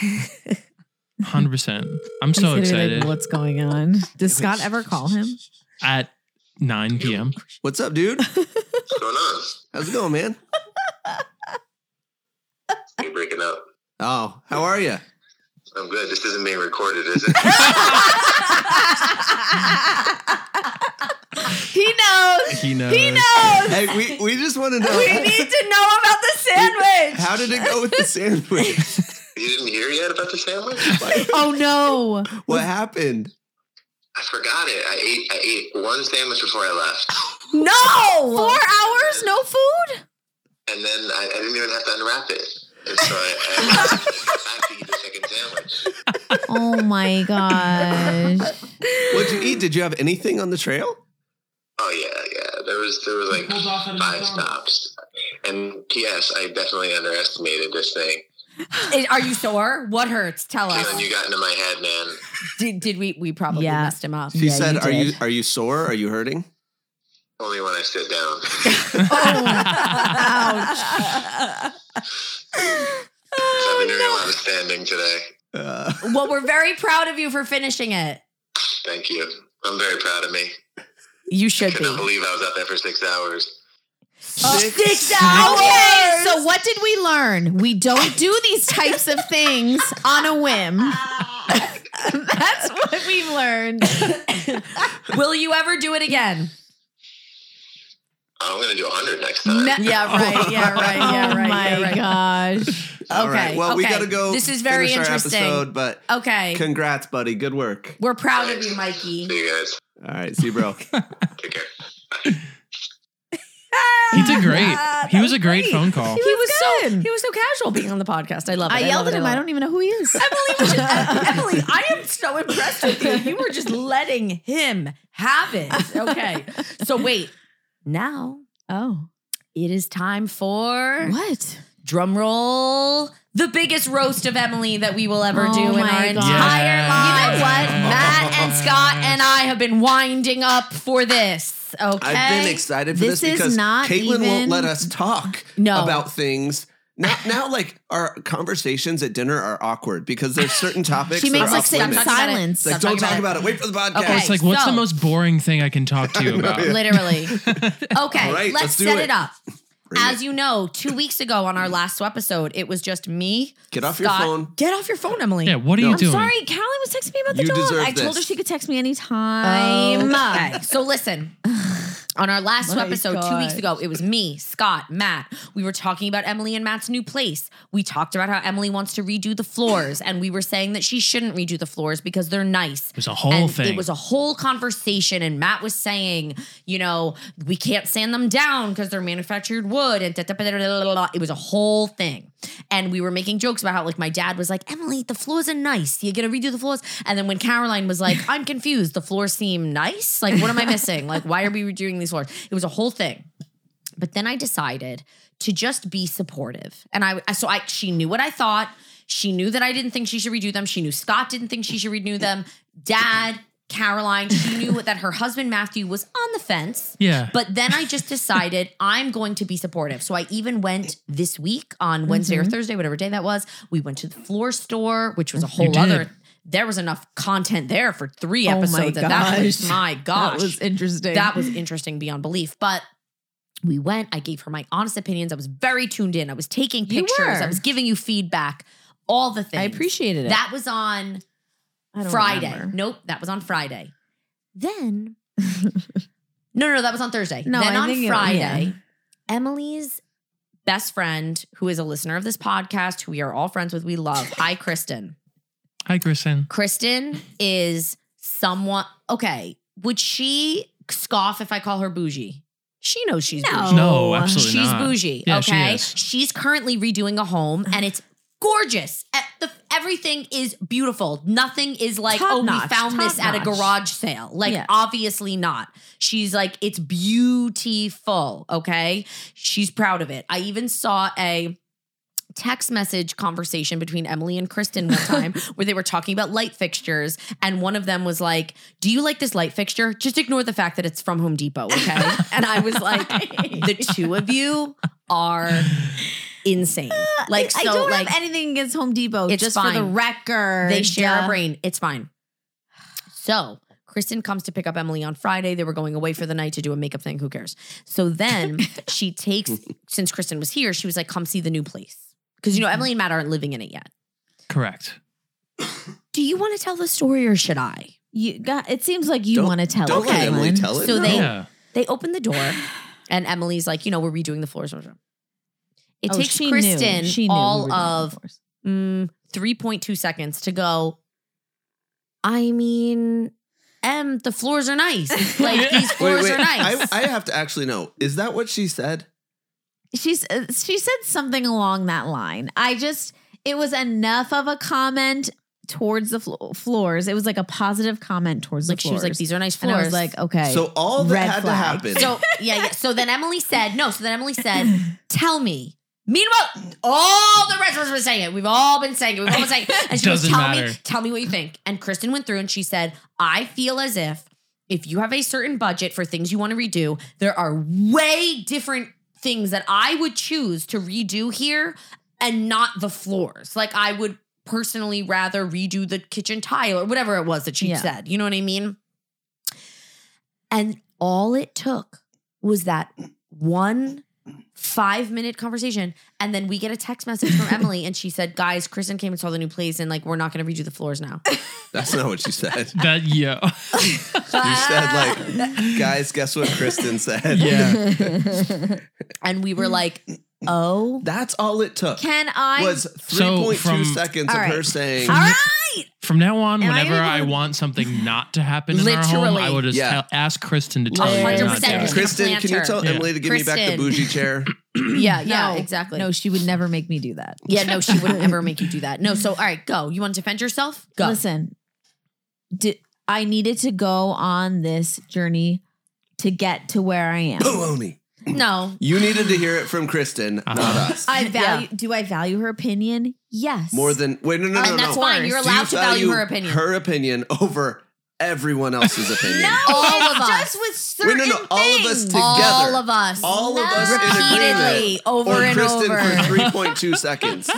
C: 100%. I'm
B: He's gonna
C: so
B: be like,
C: excited.
B: What's going on? Does Scott ever call him?
C: At 9 p.m.
D: What's up, dude?
E: What's going on?
D: How's it going, man?
E: You breaking up?
D: Oh, how are you?
E: I'm good. This isn't being recorded, is it?
B: He knows.
C: He knows.
D: Hey, we, we just want to
A: we
D: know
A: need to know about the sandwich.
D: how did it go with the sandwich?
E: you didn't hear yet about the sandwich?
D: Like,
B: Oh no.
D: what happened?
E: I forgot it. I ate. I ate one sandwich before I left,
A: no.
B: Four hours, no food?
E: and then I, I didn't even have to unwrap it. And so I, I, I had to eat the second sandwich.
B: Oh my gosh.
D: What'd you eat? Did you have anything on the trail?
E: Oh yeah, yeah. There was there was like five stops, and P.S. I definitely underestimated this thing.
A: It- Are you sore? What hurts? Tell
E: Caitlin,
A: us.
E: you got into my head, man.
A: Did, did we? We probably
B: Yeah.
A: messed him up.
D: She
B: Yeah,
D: said,
B: you
D: "Are you
B: did.
D: are you sore? Are you hurting?"
E: Only when I sit down.
A: Ouch.
E: I've been doing a lot of standing today.
D: Uh,
A: well, we're very proud of you for finishing it.
E: Thank you. I'm very proud of me.
A: You should
E: Cannot believe I was out there for six hours.
A: Oh, Six hours.
B: Okay, so what did we learn? We don't do these types of things on a whim. That's what we've learned.
A: Will you ever do it again?
E: I'm gonna do 100 next
C: Uh,
E: time.
B: No-
A: Yeah, right. Yeah, right. Yeah,
B: oh
A: right.
B: my
A: yeah, right.
B: gosh.
D: All
A: Okay,
D: right. Well, we
A: okay.
D: got to go.
A: This is very
D: finish our
A: interesting.
D: episode, but
A: Okay.
D: congrats, buddy. Good work.
A: We're proud of you, Mikey.
E: See you guys.
D: All right. See you, bro.
E: Take care.
C: He did great. He was a great
A: Ah, great.
C: phone call.
A: He was, so
B: good.
A: he was so casual being on the podcast. I love it.
B: I yelled
A: love
B: at
A: it,
B: him. I
A: love
B: don't even know who he is.
A: it. Emily, was just- Emily, I am so impressed with you. You were just letting him have it. Okay. So wait. Now
B: Oh.
A: it is time for
B: What?
A: drum roll. The biggest roast of Emily that we will ever
B: Oh
A: do in
B: my
A: our entire
B: God.
A: lives. You
C: Yes.
A: know what?
D: Oh.
C: Yes.
A: Matt and Scott and I have been winding up for this. Okay.
D: I've been excited for
B: This
D: this,
B: is
D: because
B: not
D: Caitlin
B: even-
D: won't let us talk
A: No.
D: about things. Now, now, like our conversations at dinner are awkward because there's certain topics.
B: She
D: that
B: makes
D: are
B: like
D: off
B: sit in
A: Stop
D: limits.
A: talking about it.
B: silence.
D: Like,
A: Stop
D: don't
A: talking
D: talk
A: about
D: about it. Wait for the podcast.
A: Okay.
C: It's like, what's
A: so-
C: the most boring thing I can talk to you about?
A: Literally. Okay,
D: Right,
A: let's,
D: let's do
A: set it,
D: it.
A: up.
D: Bring
A: As you know, two weeks ago on our last episode, it was just me.
D: Get off your
A: Scott-
D: phone.
A: Get off your phone, Emily.
C: Yeah, what are you
D: I'm
C: doing?
B: Sorry, Callie was texting me about the
D: You
B: dog.
D: deserve
B: I told her
D: this.
B: she could text me anytime.
A: Okay, so listen. On our last
B: My
A: episode two
B: gosh.
A: weeks ago, it was me, Scott, Matt. We were talking about Emily and Matt's new place. We talked about how Emily wants to redo the floors, and we were saying that she shouldn't redo the floors because they're nice. It
C: was a whole
A: It
C: thing.
A: was a whole conversation, and Matt was saying, you know, we can't sand them down because they're manufactured wood, and da, da, da, da, da, da, da. it was a whole thing. And we were making jokes about how, like, my dad was like, Emily, the floors are nice. You gotta redo the floors. And then when Caroline was like, I'm confused. The floors seem nice. Like, what am I missing? Like, why are we redoing these floors? It was a whole thing. But then I decided to just be supportive. And I I- so I she knew what I thought. She knew that I didn't think she should redo them. She knew Scott didn't think she should redo them. Dad, Caroline, she knew that her husband Matthew was on the fence.
C: Yeah.
A: But then I just decided I'm going to be supportive. So I even went this week on
B: Mm-hmm.
A: Wednesday or Thursday, whatever day that was. We went to the floor store, which was a whole
C: did.
A: other. There was enough content there for three
B: Oh my
A: episodes. and that was
B: gosh.
A: my gosh.
B: That was interesting.
A: That was interesting beyond belief. But we went, I gave her my honest opinions. I was very tuned in. I was taking
B: You
A: pictures.
B: were.
A: I was giving you feedback, all the things.
B: I appreciated it.
A: That was on
B: I don't
A: Friday.
B: remember.
A: Nope, that was on Friday. Then No, no, no, that was on Thursday.
B: No,
A: then
B: I
A: on
B: think it-
A: Friday,
B: yeah.
A: Emily's best friend, who is a listener of this podcast, who we are all friends with, we love. Hi, Kristen.
C: Hi, Kristen.
A: Kristen is somewhat okay. Would she scoff if I call her bougie? She knows she's bougie.
C: No, absolutely
A: Oh, she's
C: not.
A: bougie.
C: Yeah, she
A: okay,
C: is.
A: she's currently redoing a home, and it's gorgeous. E- the- everything is beautiful. Nothing is like,
B: Top
A: oh,
B: notch,
A: we found
B: top
A: this at a
B: notch.
A: garage sale. Like,
B: Yeah.
A: obviously not. She's like, it's beautiful. Okay, she's proud of it. I even saw a text message conversation between Emily and Kristen one time where they were talking about light fixtures and one of them was like, "Do you like this light fixture? Just ignore the fact that it's from Home Depot, okay?" and I was like, "The two of you are insane." Like so
B: I don't
A: like
B: have anything against Home Depot.
A: It's
B: just for the
A: fine.
B: record,
A: they share
B: Uh,
A: a brain. It's fine. So, Kristen comes to pick up Emily on Friday. They were going away for the night to do a makeup thing. Who cares? So then she takes, since Kristen was here, she was like, come see the new place. Because, you know, Emily and Matt aren't living in it yet.
C: Correct.
A: Do you want to tell the story or should I?
B: You got. It seems like you
D: Don't-
B: want to tell.
D: don't
B: it,
D: let Emily
B: Ellen.
D: tell it.
A: So they-
C: Yeah.
A: They open the door and Emily's like, you know, we're redoing the floors. It
B: Oh,
A: takes
B: she knew.
A: Kristen
B: She knew we were
A: all
B: doing
A: of
B: divorce.
A: mm, 3.2 seconds to go. I mean, Em, the floors are nice. Like, these floors are nice.
D: I, I have to actually know. Is that what she said?
B: She's uh, she said something along that line. I just it was enough of a comment towards the flo- floors. It was like a positive comment towards
A: like
B: the
A: she was
B: floors.
A: like, these are nice
B: and
A: floors.
B: I was like, okay.
D: So all that
B: Red
D: had
B: flag.
D: to happen.
A: so yeah, yeah. So then Emily said, no. So then Emily said, tell me. Meanwhile, all the rest of us were saying it. We've all been saying it. We've all been saying it. And she was
C: Doesn't
A: tell me,
C: matter.
A: tell me what you think. And Kristen went through and she said, I feel as if if you have a certain budget for things you want to redo, there are way different things that I would choose to redo here and not the floors. Like I would personally rather redo the kitchen tile or whatever it was that she
B: Yeah.
A: said. You know what I mean? And all it took was that one five minute conversation. And then we get a text message from Emily and she said, Guys, Kristen came and saw the new place and like, we're not going to redo the floors now.
D: That's not what she said.
C: That yeah.
D: You
A: Ah.
D: said like, guys, guess what Kristen said?
C: yeah.
A: and we were like, Oh,
D: That's all it took.
B: can I?
D: was
C: So
D: 3.2
C: from-
D: seconds
B: All
D: of her
B: right.
D: saying
B: All right.
C: From now on,
B: Am I
C: whenever
B: gonna
C: I
B: have-
C: want something not to happen in our home,
A: Literally. Oh,
C: I will just
D: Yeah.
C: tell, ask Kristen to tell me.
A: hundred
C: not
B: 100%
C: to.
A: percent.
B: Yeah.
D: Kristen, can you tell
C: Yeah.
D: Emily to give me back
A: Kristen.
D: the bougie chair?
A: yeah,
B: No.
A: yeah, exactly.
B: No, she would never make me do that.
A: yeah, no, she wouldn't ever make you do that. No, so all right, go. You want to defend yourself? Go.
B: Listen, di- I needed to go on this journey to get to where I am.
D: Boo on me.
A: No.
D: You needed to hear it from Kristen, not
C: Uh-huh.
D: us.
B: I
A: Yeah.
B: value. Do I value her opinion? Yes.
D: More than wait, no, no,
A: and
D: no,
A: that's
D: no.
A: fine. You're
D: Do you
A: allowed to value, her opinion.
D: Her opinion over everyone else's opinion.
B: no.
A: All
B: it's
A: of us.
B: Just with
D: Wait,
B: certain
D: no, no, all of us
B: things.
D: together.
A: all of us.
D: All of us in
A: repeatedly,
D: agreement.
A: over
D: or
A: and
D: Kristen
A: over.
D: for 3.2 seconds.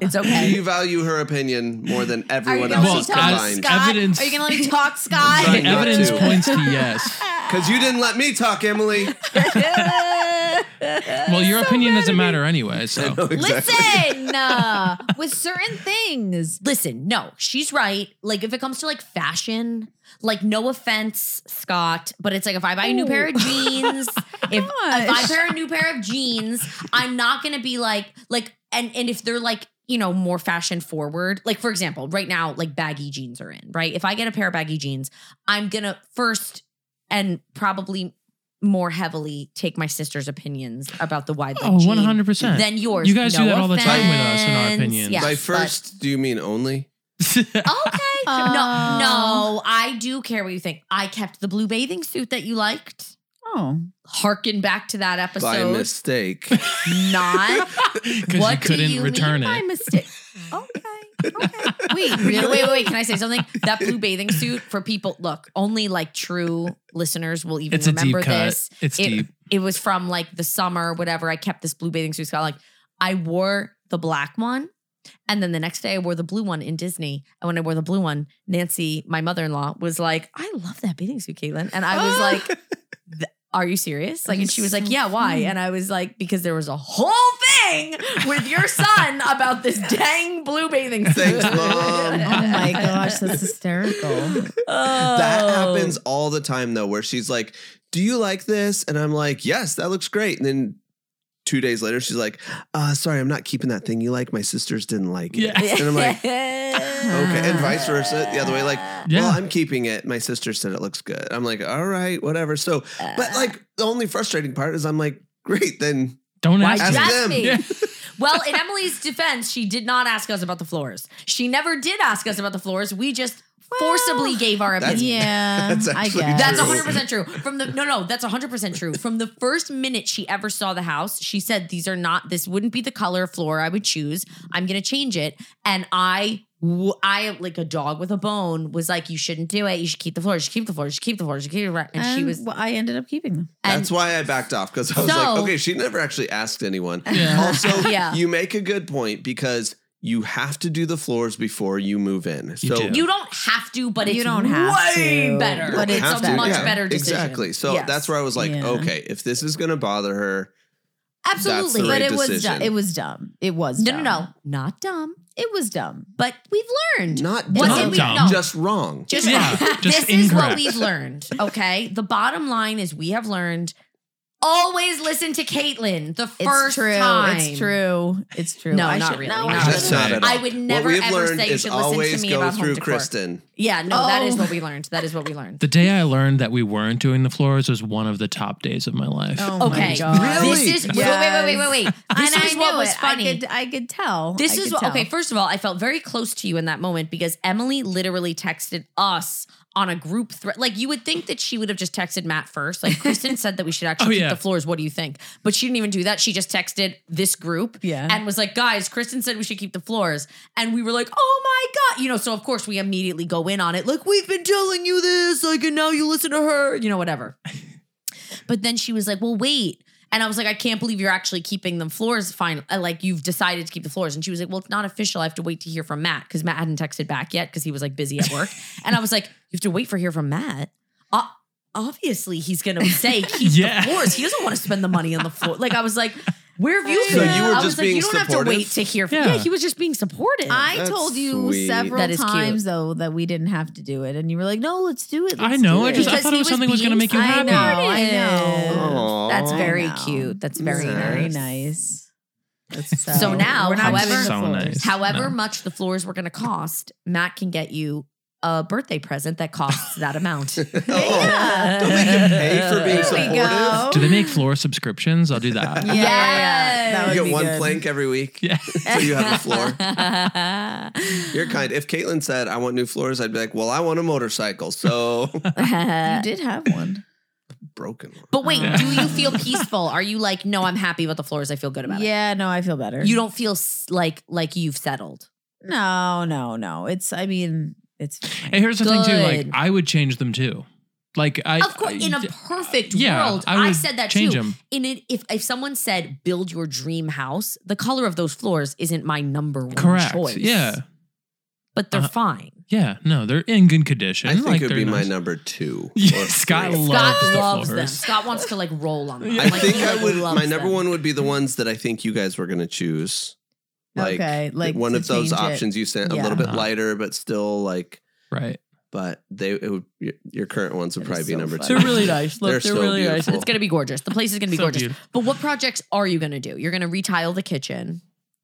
A: It's
D: Do
A: okay.
D: you value her opinion more than
B: Are you
D: everyone
B: gonna let me
C: else's
D: else's
B: talk,
D: combined?
B: Scott?
C: Evidence-
B: Are you gonna let me talk, Scott?
D: Trying
C: The
D: not
C: evidence
D: to.
C: points to yes.
D: Because you didn't let me talk, Emily.
C: Well, your opinion doesn't matter anyway. So
B: Listen, uh, with certain things.
A: Listen, no, she's right. Like if it comes to like fashion, like no offense, Scott, but it's like if I buy a new pair of jeans, if, if I
B: Gosh.
A: buy a new pair of jeans, I'm not gonna be like like and and if they're like you know more fashion forward, like for example, right now like baggy jeans are in right. If I get a pair of baggy jeans, I'm gonna first and probably more heavily take my sister's opinions about the wide leg
C: Oh,
A: jean
C: 100%.
A: than yours.
C: You guys
A: No
C: do that all the time with us in our
A: offense.
C: opinions.
A: Yes,
D: By
A: but-
D: first, do you mean only?
A: Okay.
B: Oh.
A: no, no, I do care what you think. I kept the blue bathing suit that you liked.
B: Oh,
A: Harken back to that episode.
D: by mistake.
A: Not
C: because you
A: What do
C: couldn't
A: you
C: return
A: mean
C: it.
A: by mistake?
B: okay. Okay.
A: Wait, really? Wait, wait, wait. Can I say something? That blue bathing suit for people. Look, only like true listeners will even
C: It's a deep
A: remember
C: cut.
A: this.
C: It's
A: it,
C: deep.
A: It was from like the summer, whatever. I kept this blue bathing suit. It's got like I wore the black one, and then the next day I wore the blue one in Disney. And when I wore the blue one, Nancy, my mother in law, was like, "I love that bathing suit, Caitlin," and I was like. "Th- Are you serious? Like, and she was like, Yeah, why? And I was like, Because there was a whole thing with your son about this dang blue bathing suit.
D: Thanks, Mom.
B: Oh my gosh, that's hysterical.
D: That
A: Oh.
D: happens all the time though, where she's like, "Do you like this?" And I'm like, "Yes, that looks great." And then two days later, she's like, uh, "Sorry, I'm not keeping that thing you like. My sisters didn't like it."
C: Yeah.
D: And I'm like,
A: okay,
D: okay, and vice versa, the other way, like,
C: Yeah.
D: Well, I'm keeping it. My sister said it looks good. I'm like, all right, whatever. So,
A: Uh.
D: but like, the only frustrating part is I'm like, great, then
C: Don't
A: why
C: ask.
D: ask
C: me.
A: ask
D: them.
A: me?
C: Yeah.
A: well, in Emily's defense, she did not ask us about the floors. She never did ask us about the floors. We just forcibly gave our
D: That's-
A: opinion.
B: yeah,
D: that's
B: I
D: actually
B: guess.
A: That's 100% true.
D: true.
A: From the No, no, that's 100% true. From the first minute she ever saw the house, she said these are not this wouldn't be the color of floor I would choose. I'm going to change it and I w- I like a dog with a bone was like you shouldn't do it. You should keep the floor. You should keep the floor. You should keep the floor. You should keep the floor. And, she was
B: well, I ended up keeping them.
A: and
D: that's why I backed off because I was
A: So-
D: like, okay, she never actually asked anyone.
C: Yeah.
D: Also,
A: Yeah.
D: you make a good point because you have to do the floors before you move in.
C: You
D: so
C: do.
A: You don't have to, but it's
B: You don't have
A: way
B: to.
A: better.
B: But it's
A: it's
D: have
A: a
D: to,
A: much
D: yeah,
A: better decision.
D: Exactly. So
A: Yes.
D: that's where I was like,
B: Yeah.
D: okay, if this is going to bother her,
A: absolutely.
D: the
B: But it
D: right
B: was
D: decision.
B: dumb. It was dumb. It was
A: no, no,
B: dumb.
A: no, not dumb.
B: It was dumb.
A: But we've learned.
D: not
A: What
D: dumb,
A: did we-
C: Dumb.
A: no.
D: just wrong.
A: Just,
C: Yeah,
A: this
C: just
A: is what
C: incorrect.
A: we've learned. Okay. The bottom line is we have learned. Always listen to Caitlin the
B: It's
A: first
B: true.
A: time.
B: It's true. It's true.
A: No,
B: I
A: not
B: should-
A: really,
B: No,
A: not
B: I
A: really.
B: shouldn't.
D: That's not at all.
A: I would never
D: what we have
A: ever
D: learned
A: say you
D: is
A: should
D: always
A: listen to me
D: go
A: about home
D: through
A: decor.
D: Kristen.
A: Yeah, no, that is
B: Oh.
A: what we learned. That is what we learned.
C: The day I learned that we weren't doing the floors was one of the top days of my life.
B: Oh
A: Okay.
B: my God.
D: Really?
A: This is wait,
B: Yes.
A: wait, wait, wait, wait, wait. This
B: and
A: is
B: I
A: what
B: knew
A: was
B: it.
A: funny.
B: I could, I could tell. I
A: This is
B: could
A: what,
B: tell.
A: okay. First of all, I felt very close to you in that moment because Emily literally texted us on a group thread. Like you would think that she would have just texted Matt first. Like Kristen said that we should actually
C: Oh,
A: keep
C: yeah.
A: the floors. What do you think? But she didn't even do that. She just texted this group
B: Yeah.
A: and was like, guys, Kristen said we should keep the floors. And we were like, oh my God. You know, so of course we immediately go in on it. Like, we've been telling you this. Like, and now you listen to her, you know, whatever. But then she was like, "Well, wait." And I was like, "I can't believe you're actually keeping them floors fine. uh, Like you've decided to keep the floors." And she was like, "Well, it's not official. I have to wait to hear from Matt because Matt hadn't texted back yet because he was like busy at work." and I was like, "You have to wait for hear from Matt." Uh, obviously, he's gonna say keep
C: Yeah.
A: the floors. He doesn't want to spend the money on the floor. Like I was like. Where have you
D: So
A: been?
D: you were
A: I was
D: just
A: like,
D: being
A: you don't have to
D: supportive?
A: wait to hear from. Yeah.
C: Yeah.
A: he was just being supportive.
B: I
D: That's
B: told you
D: sweet.
B: several
A: That is cute.
B: times though that we didn't have to do it, and you were like, "No, let's do it."
C: I
B: let's
C: know.
B: do
C: I just I
A: Because
C: thought it
A: he
C: was
A: was
C: something that was going to
A: being
C: make you happy.
B: I know. I know.
D: Aw.
A: That's very
B: I know.
A: cute. That's very
D: Yes.
B: very
A: nice.
B: nice. so,
A: So now,
B: we're not
A: however-
B: doing the
C: So
B: floors.
C: nice.
A: However
C: No.
A: much the floors were going to cost, Matt can get you a birthday present that costs that amount.
D: Oh, don't make him pay for being
B: There we go.
D: supportive.
C: Do they make floor subscriptions? I'll do that.
B: Yeah, yeah, yeah.
A: Yes.
B: That
D: You
B: would
D: get
B: be
D: one
B: good.
D: plank every week
C: Yeah.
D: so you have a floor.
A: you
D: You're kind. If Caitlin said, I want new floors, I'd be like, well, I want a motorcycle. So
A: Uh,
B: You did have one.
D: broken one.
A: but wait,
B: Yeah.
A: do you feel peaceful? Are you like, no, I'm happy about the floors. I feel good about
B: Yeah, no, I feel better.
A: it. You don't feel s- like like you've settled.
B: No, no, no. It's. I mean, it's. fine.
C: And here's the thing too. Like
A: Good.
C: I would change them too. Like I
A: Of course, in a perfect
C: yeah,
A: world,
C: I would
A: I, said that
C: change
A: too.
C: them.
A: In it, if if someone said build your dream house, the color of those floors isn't my number one
C: Correct.
A: choice.
C: Yeah.
A: but they're
C: Uh-huh.
A: fine.
C: Yeah. No, they're in good condition.
D: I think
C: like,
D: it would
C: they're
D: be my
C: nice.
D: number two.
C: Yeah,
D: or
C: Scott
D: three.
C: loves
A: Scott
C: the
A: loves them.
C: floors.
A: Scott wants to like roll on them.
C: Yeah.
D: I
A: Like,
D: think
A: he,
D: I
A: like,
D: would.
A: loves
D: My number
A: them.
D: one would be the ones that I think you guys were going to choose. Like,
B: Okay, like
D: one
B: to
D: of those
B: change it.
D: options you sent, a
B: Yeah.
D: little bit
C: Uh-huh.
D: lighter, but still like.
C: Right.
D: But they, it would, your, your current ones would
B: That is
D: probably
B: so
D: be number two.
B: funny. They're really
D: nice. Look, They're they're so really nice. beautiful.
A: It's gonna be gorgeous. The place is gonna be
C: So
A: gorgeous.
C: beautiful.
A: But what projects are you gonna do? You're gonna retile the kitchen.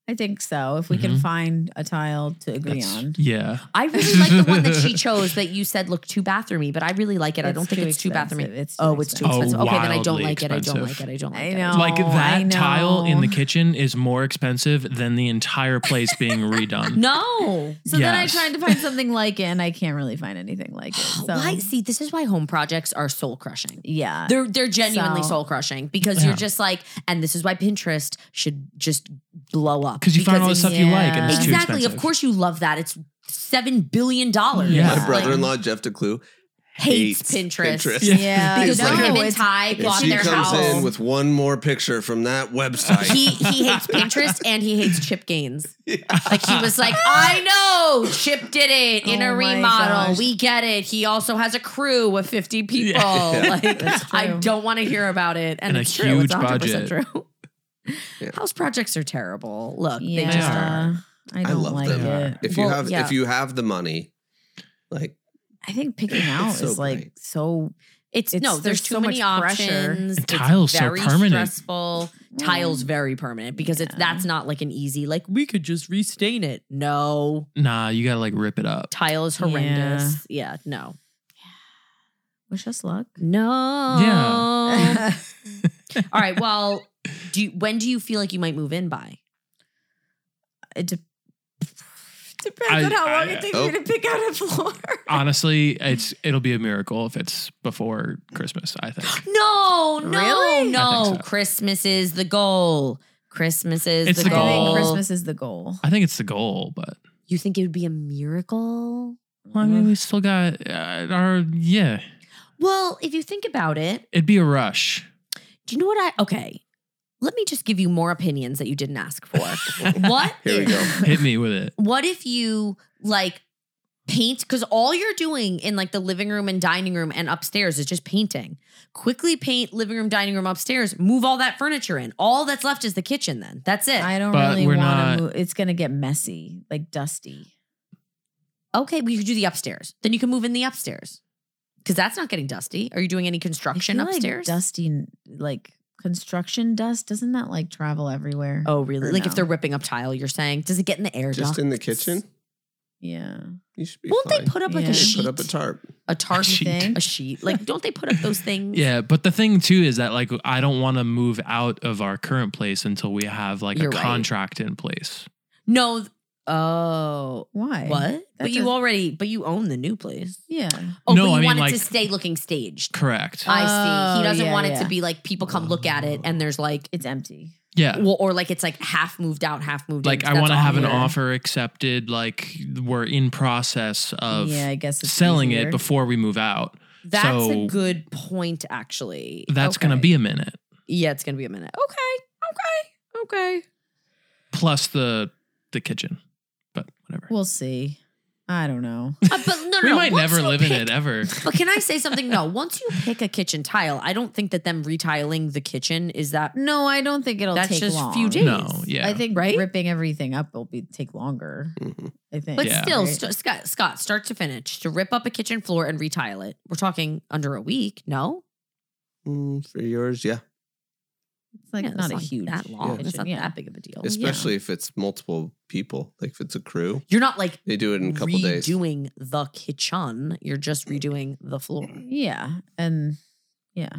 B: I think so. If we can
A: Mm-hmm.
C: Mhm.
B: find a tile to agree
C: That's-
B: on.
C: yeah.
A: I really like the one that she chose that you said looked too bathroomy, but I really like it. I don't think it's too bathroomy.
B: expensive. It's
A: Oh, it's too
C: Oh,
A: expensive. okay, then I don't
C: wildly
A: like it. I don't like
C: expensive.
A: it. I don't like
B: I
A: it.
B: know.
C: like
B: Oh, I
C: that tile in the
B: know.
C: kitchen is more expensive than the entire place being redone.
A: No.
B: So then I
C: Yes.
B: tried to find something like it, and I can't really find anything like it. So
A: Why? See, this is why home projects are soul crushing.
B: yeah,
A: They're they're genuinely
B: So-
A: soul crushing because
C: Yeah.
A: you're just like, and this is why Pinterest should just blow up
C: Because you find all the
A: it's-
C: stuff you like and it's too
A: exactly.
C: expensive.
A: Of course, you love that. It's seven billion dollars.
C: Yeah.
D: My brother-in-law Jeff DeClue
A: hates,
D: hates
A: Pinterest.
D: Pinterest.
C: Yeah.
B: yeah,
A: Because
D: No,
A: when him and
B: it's-
A: Ty
D: If
A: bought
D: she
A: their
D: comes
A: house,
D: in with one more picture from that website,
A: he he hates Pinterest and he hates Chip Gaines. Like he was like, I know Chip did it in a
B: Oh my
A: remodel.
B: gosh.
A: We get it. He also has a crew of fifty people.
D: Yeah.
B: That's
A: Like I
B: true.
A: don't want to hear about it. And,
C: And a
A: it's true.
C: huge
A: It's one hundred percent
C: budget.
A: true.
D: Yeah.
A: House projects are terrible. Look,
B: yeah.
A: they just
C: are.
B: I don't
D: I love
B: like
C: them.
B: it.
D: if you
A: Well,
D: have
A: yeah.
D: if you have the money, like
B: I think picking out
D: so
B: is like
D: great.
B: so.
A: It's,
B: It's-
A: no,
B: there's
A: there's too
B: so
A: many
B: much pressure.
A: options. It's
C: Tile's so
A: very
C: permanent.
A: stressful. Tile's
B: Mm,
A: very permanent because it's
B: Yeah.
A: that's not like an easy like we could just restain it. No,
C: Nah, you gotta like rip it up.
A: tile is horrendous. Yeah, no,
B: Wish us luck.
A: no. Yeah. All right. Well, do you, when do you feel like you might move in by?
B: It de- depends
C: I-
B: on how long
C: I-
B: it takes
D: oh.
B: me to pick out a floor.
C: Honestly, it's it'll be a miracle if it's before Christmas. I think
A: No, no,
B: Really?
C: I
A: no.
C: think so.
A: Christmas is the goal. Christmas is
C: It's
A: the,
C: the
B: I
A: goal.
B: think Christmas is the goal.
C: I think it's the goal, but
A: You think it would be a miracle?
C: well, I
B: Mm.
C: mean, we still got uh, our yeah.
A: Well, if you think about it,
C: It'd be a rush.
A: Do you know what I? Okay, let me just give you more opinions that you didn't ask for. what?
D: Here we
A: if-
D: go.
C: Hit me with it.
A: What if you like paint? Because all you're doing in like the living room and dining room and upstairs is just painting. Quickly paint living room, dining room, upstairs. Move all that furniture in. All that's left is the kitchen. Then that's it.
B: I don't
C: But
B: really
C: we're
B: want
C: not-
B: to move. It's gonna get messy, like dusty.
A: okay, we could do the upstairs. Then you can move in the upstairs. Because that's not getting dusty. Are you doing any
B: I
A: construction
B: feel like
A: upstairs?
B: dusty, like construction dust. Doesn't that like travel everywhere?
A: oh, really?
B: Or
A: Like
B: no?
A: if they're ripping up tile, you're saying, does it get in the air?
D: just
A: ducts?
D: in the kitchen,
B: yeah.
D: you should be
A: Won't
D: fine.
A: they put up like
B: Yeah.
A: a
D: They should
A: sheet?
D: put up a tarp?
A: a tarp
C: sheet.
A: a sheet. Like, don't they put up those things?
C: Yeah, but the thing too is that like I don't want to move out of our current place until we have like
A: You're
C: a
A: right.
C: contract in place.
A: No. th- Oh.
B: Why?
A: What? but you
B: does-
A: already, but you own the new place.
B: Yeah.
A: Oh,
C: No,
A: but you
C: I mean,
A: want
C: like-
A: it to stay looking staged.
C: Correct.
A: I see.
B: Oh,
A: He doesn't
B: yeah,
A: want it to
B: yeah.
A: be like people come look at it and there's like,
B: It's empty.
C: Oh. Yeah.
A: well, or like it's like half moved out, half moved.
C: like
A: in.
C: I
A: That's
C: want to
A: all
C: have an
A: here.
C: offer accepted. Like we're in process of
B: yeah, I guess it's
C: selling
B: easier.
C: it before we move out.
A: That's
C: So-
A: a good point, actually.
C: That's gonna
A: Okay.
C: be a minute.
A: Yeah, it's gonna be a minute. Oh, Okay. Okay. Okay.
C: Plus the the kitchen, but whatever.
B: We'll see. I don't know.
A: Uh, but no, no,
C: we
A: no.
C: might
A: once
C: never
A: you
C: live in
A: pick-
C: it ever.
A: But can I say something? No, once you pick a kitchen tile, I don't think that them retiling the kitchen is that.
B: No, I don't think it'll
A: That's
B: take
A: just
B: long.
A: few days.
C: No, yeah.
B: I think
A: Right?
B: ripping everything up will be take longer.
D: Mhm.
B: I think.
A: But
C: Yeah.
A: still,
B: Right?
A: st- Scott, Scott, start to finish, to rip up a kitchen floor and retile it. We're talking under a week. No,
D: Mm, for yours, yeah.
A: Oh,
B: it's like
A: Yeah,
B: not a
A: like
B: huge
A: that long.
B: kitchen,
A: It's not
B: yeah.
A: that big of a deal.
D: Especially if it's multiple people, like if it's a crew,
A: You're not like
D: they do it in a couple days.
A: redoing the kitchen. You're just redoing the floor.
B: Yeah, and yeah,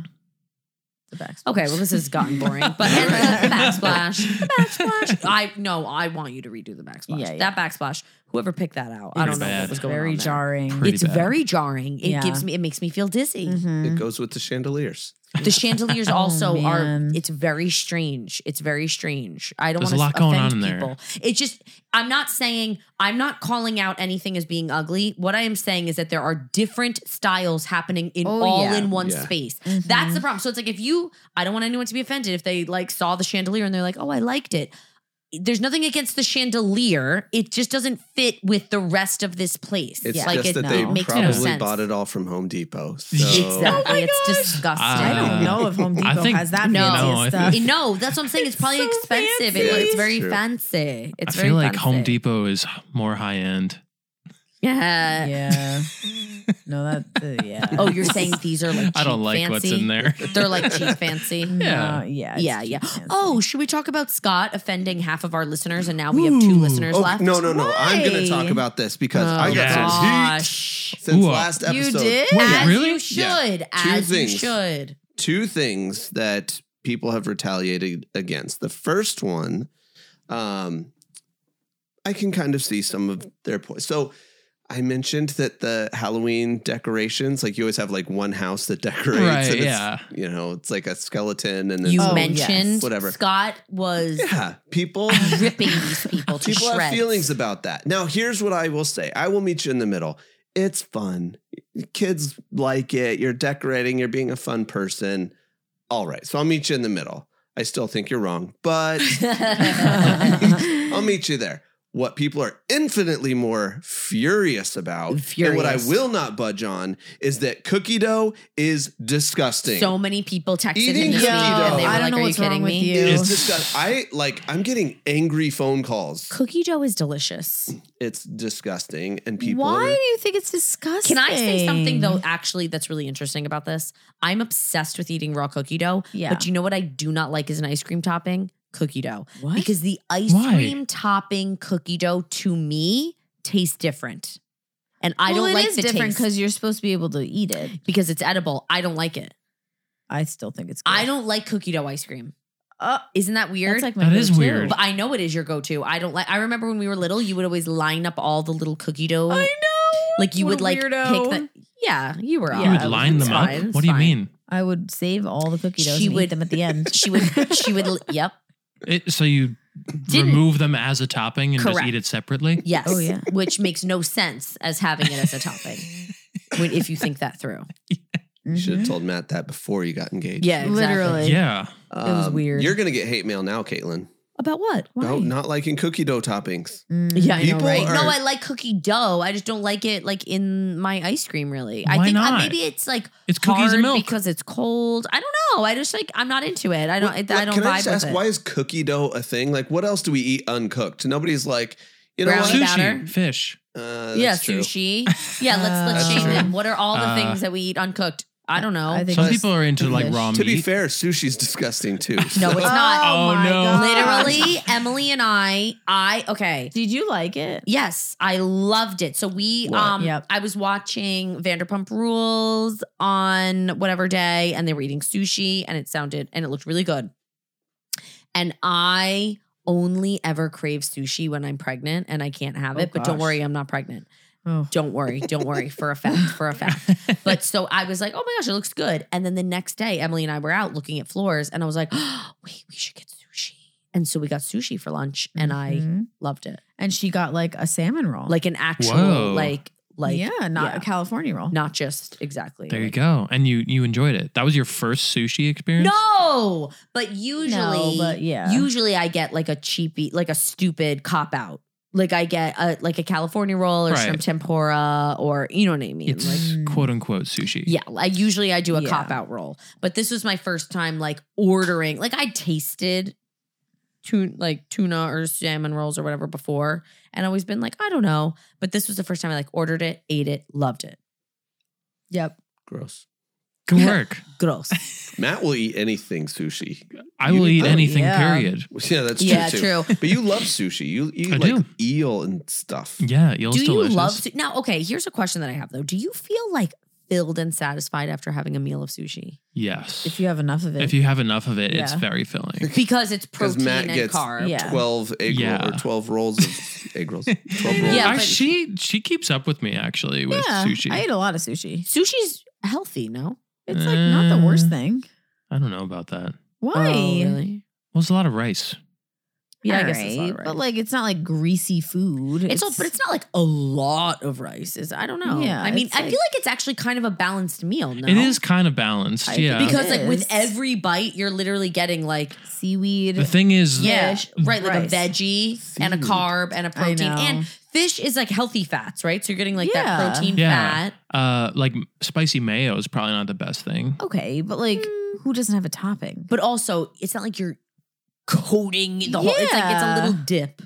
B: the back.
A: Okay, well, this has gotten boring. But and the backsplash, the backsplash. I no, I want you to redo the backsplash.
B: Yeah, yeah.
A: That backsplash. Whoever picked that out, I
C: Pretty
A: don't know
C: bad.
A: what was going on.
B: very
A: there.
B: jarring.
C: Pretty-
A: it's
C: bad.
A: very jarring. It
B: Yeah.
A: gives me. It makes me feel dizzy.
B: Mhm.
D: It goes with the chandeliers.
A: The chandeliers
B: Oh,
A: also are.
B: man.
A: It's very strange. It's very strange. I don't
C: There's
A: want
C: a
A: to offend
C: lot going on in there.
A: people. It's just. I'm not saying. I'm not calling out anything as being ugly. What I am saying is that there are different styles happening in
B: Oh,
A: all
B: yeah.
A: in one
D: Yeah.
A: space.
B: Mhm.
A: That's the problem. So it's like if you. I don't want anyone to be offended if they like saw the chandelier and they're like, oh, I liked it. There's nothing against the chandelier. It just doesn't fit with the rest of this place.
D: It's
B: Yeah.
A: like
D: just
A: it,
D: that
B: no.
D: they
B: It
A: makes no
D: probably
A: sense. Oh
D: bought it all from Home Depot. So
A: Exactly. it's disgusting.
B: I
C: Uh,
B: don't know if Home
C: I
B: Depot
C: think-
B: has that
A: No.
C: No,
B: fancy
C: I
B: stuff.
A: Eh, No, that's what I'm saying. It's probably
B: so
A: expensive. It-
D: fancy.
A: it's very
D: True.
A: fancy. It's
C: I
A: very
C: feel like Home
A: fancy.
C: Depot is more high end.
A: Yeah.
B: Yeah. No, that. Uh, yeah.
A: Oh, you're saying these are like cheap
C: I don't like
A: fancy?
C: what's in there.
A: They're like cheap fancy.
C: Yeah.
B: No, yeah. it's
A: Yeah, yeah.
B: cheap, man.
A: Oh, should we talk about Scott offending half of our listeners and now we have two listeners
D: Oh,
A: left?
D: no, no, no. I'm going to
B: Why?
D: talk about this because I got
C: Yeah.
D: some heat
A: Oh, gosh.
D: since
C: Ooh, uh,
D: last
B: You
D: episode.
B: did?
C: Wait,
A: as
C: really?
A: you should. As
D: things.
A: you should.
D: two things that people have retaliated against. The first one, um, I can kind of see some of their points. So I mentioned that the Halloween decorations, like you always have like one house that decorates,
C: Right,
D: and it's,
C: yeah.
D: you know, it's like a skeleton, and
A: You Oh.
D: it's,
B: Oh,
A: mentioned
B: yes.
D: Whatever.
A: Scott was
D: yeah, people.
A: ripping these people to
D: People
A: shreds.
D: have feelings about that. Now, here's what I will say. I will meet you in the middle. It's fun. Kids like it. You're decorating. You're being a fun person. All right. So I'll meet you in the middle. I still think you're wrong, but I'll meet you there. What people are infinitely more furious about, and what I
A: Furious.
D: will not budge on, is that cookie dough is disgusting.
A: so many people texted
D: Eating
A: him this
D: cookie
A: week and they
D: dough.
A: were
D: I
B: don't
A: like,
B: know
A: Are you
B: what's wrong
A: kidding
B: with
A: me?
B: you.
D: it's disgusting. I like. I'm getting angry phone calls.
A: Cookie dough is delicious.
D: It's disgusting, and people.
B: Why
D: are-
B: do you think it's disgusting?
A: Can I say something though, actually, that's really interesting about this? I'm obsessed with eating raw cookie dough.
B: Yeah.
A: But you know what I do not like is an ice cream topping? Cookie dough.
B: What?
A: Because the ice
C: Why?
A: cream topping cookie dough to me tastes different. And I
B: Well,
A: don't
B: it
A: like
B: is
A: the
B: different
A: taste
B: because you're supposed to be able to eat it.
A: because it's edible. I don't like it.
B: I still think it's. Good.
A: I don't like cookie dough ice cream.
B: Uh,
A: Isn't that weird?
B: that's like my
C: That is
B: go-to.
C: weird.
A: But I know it is your go-to. I don't like. I remember when we were little, you would always line up all the little cookie dough.
B: I know.
A: Like you
B: What
A: would
B: a
A: like pick
B: weirdo.
A: the. Yeah, you were.
B: You
A: odd.
C: you
B: Yeah,
C: would
A: It's
C: line them up.
A: fine. It's
C: What do you
A: fine.
C: mean?
B: I would save all the cookie doughs.
A: She
B: She and
A: would-
B: eat them at the end.
A: She would. She would. Yep.
C: It, so you
A: Didn't-
C: remove them as a topping and just
A: Correct.
C: eat it separately?
A: Yes.
B: Oh, yeah.
A: Which makes no sense as having it as a topping when, if you think that through.
D: You should have
B: Mhm.
D: told Matt that before you got engaged. Um,
A: Yeah. Exactly.
B: Literally.
C: Yeah.
B: was weird.
D: You're gonna get hate mail now, Caitlin.
A: About what? Why?
D: About not liking cookie dough toppings.
B: Mm.
A: Yeah, I know,
D: People
A: right?
D: are-
A: No, I like cookie dough. I just don't like it like in my ice cream. Really, I
C: Why
A: think uh,
C: not?
A: maybe it's like
C: It's cookies
A: hard
C: and milk.
A: because it's cold. I don't know. I just like I'm not into it. I don't.
D: What-
A: I
D: what-
A: don't
D: Can
A: vibe
D: I just
A: with
D: ask
A: it.
D: why is cookie dough a thing? Like, what else do we eat uncooked? Nobody's like, you know,
A: Brownie
D: what?
C: Sushi,
A: batter.
C: fish.
D: Uh, that's
A: yeah,
D: true.
A: sushi. Yeah, let's let's
D: Uh,
A: shame
D: That's
A: them.
D: true.
A: What are all the
C: Uh,
A: things that we eat uncooked? I don't know.
B: I think
C: Some
B: it's-
C: people are into like raw
D: To be
C: meat.
D: fair, sushi's disgusting too.
A: no,
D: So-
A: it's not.
C: Oh,
B: my
C: no.
B: God.
A: Literally, Emily and I. I okay.
B: Did you like it?
A: Yes, I loved it. So we
D: What?
A: um
B: Yep.
A: I was watching Vanderpump Rules on whatever day and they were eating sushi and it sounded and it looked really good. And I only ever crave sushi when I'm pregnant and I can't have
B: Oh,
A: it, but don't
B: gosh.
A: worry, I'm not pregnant.
B: Oh.
A: Don't worry, don't worry for a fact, for a fact. But so I was like, oh my gosh, it looks good. And then the next day, Emily and I were out looking at floors and I was like, oh, wait, we should get sushi. And so we got sushi for lunch and I
C: Mm-hmm.
B: Mhm.
A: loved it
B: and she got like a salmon roll,
A: like an actual
C: Whoa.
A: like like
B: yeah, not
A: yeah.
B: a California roll.
A: not just exactly
C: there you
A: like-
C: go. And you you enjoyed it. That was your first sushi experience?
A: no but usually
B: No, but yeah.
A: usually i get like a cheapy like a stupid cop out like i get a like a california roll or
C: Right.
A: shrimp tempura or you know what i mean
C: It's
A: like
B: like-
C: quote unquote sushi.
A: yeah like usually i do a
B: Yeah.
A: cop out roll but this was my first time like ordering like i tasted tuna like tuna or salmon rolls or whatever before and always been like i don't know but this was the first time i like ordered it ate it loved it
B: Yep.
D: gross.
C: Good work.
A: gross
D: Matt will eat anything sushi.
C: I will
D: You-
C: eat
D: oh,
C: anything,
B: yeah.
C: period.
D: Yeah, that's
A: yeah
D: true. Too.
A: true
D: But you love sushi. You eat
C: I
D: like
C: do.
D: eel and stuff.
C: Yeah, you'll
A: Do
C: delicious.
A: you love su- now? Okay, here's a question that I have though. Do you feel like filled and satisfied after having a meal of sushi
C: Yes.
B: If you have enough of it,
C: If you have enough of it, it's
B: Yeah.
C: very filling.
A: because it's
D: Because
A: protein
D: Matt
A: and
D: gets
A: carb?
B: Yeah.
D: twelve egg roll-
C: Yeah.
D: or twelve rolls of egg rolls. Twelve rolls.
A: Yeah,
C: I-
A: but-
C: she she keeps up with me actually with
B: yeah,
C: sushi.
B: I
C: I
B: ate a lot of sushi.
A: Sushi's healthy, no?
B: It's like not the
C: Mm.
B: worst thing.
C: don't, know about that.
B: Why?
A: Oh, really?
C: Well, it's a lot of rice.
A: Yeah, I guess it's not
B: Alright,
A: right.
B: But like, it's not like greasy food.
A: It's, all, but it's not like a lot of rice. Is I don't know.
B: Yeah,
A: I mean,
B: it's
A: I
B: like-
A: feel like it's actually kind of a balanced meal. No?
C: It is kind of balanced.
B: I-
C: yeah.
A: because
B: It
A: like with
B: is.
A: every bite, you're literally getting like
B: seaweed.
C: the thing is,
A: yeah,
B: Fish,
A: right, like
B: rice.
A: a veggie and a
D: Seaweed.
A: carb and a
B: I
A: protein
B: know.
A: and fish is like healthy fats, right? So you're getting like
B: Yeah.
A: that protein
C: Yeah.
A: fat.
C: uh, like spicy mayo is probably not the best thing.
B: okay, but like, who doesn't have a topping?
A: but also it's not like you're coating the whole. It's like it's a
B: Yeah.
A: little dip.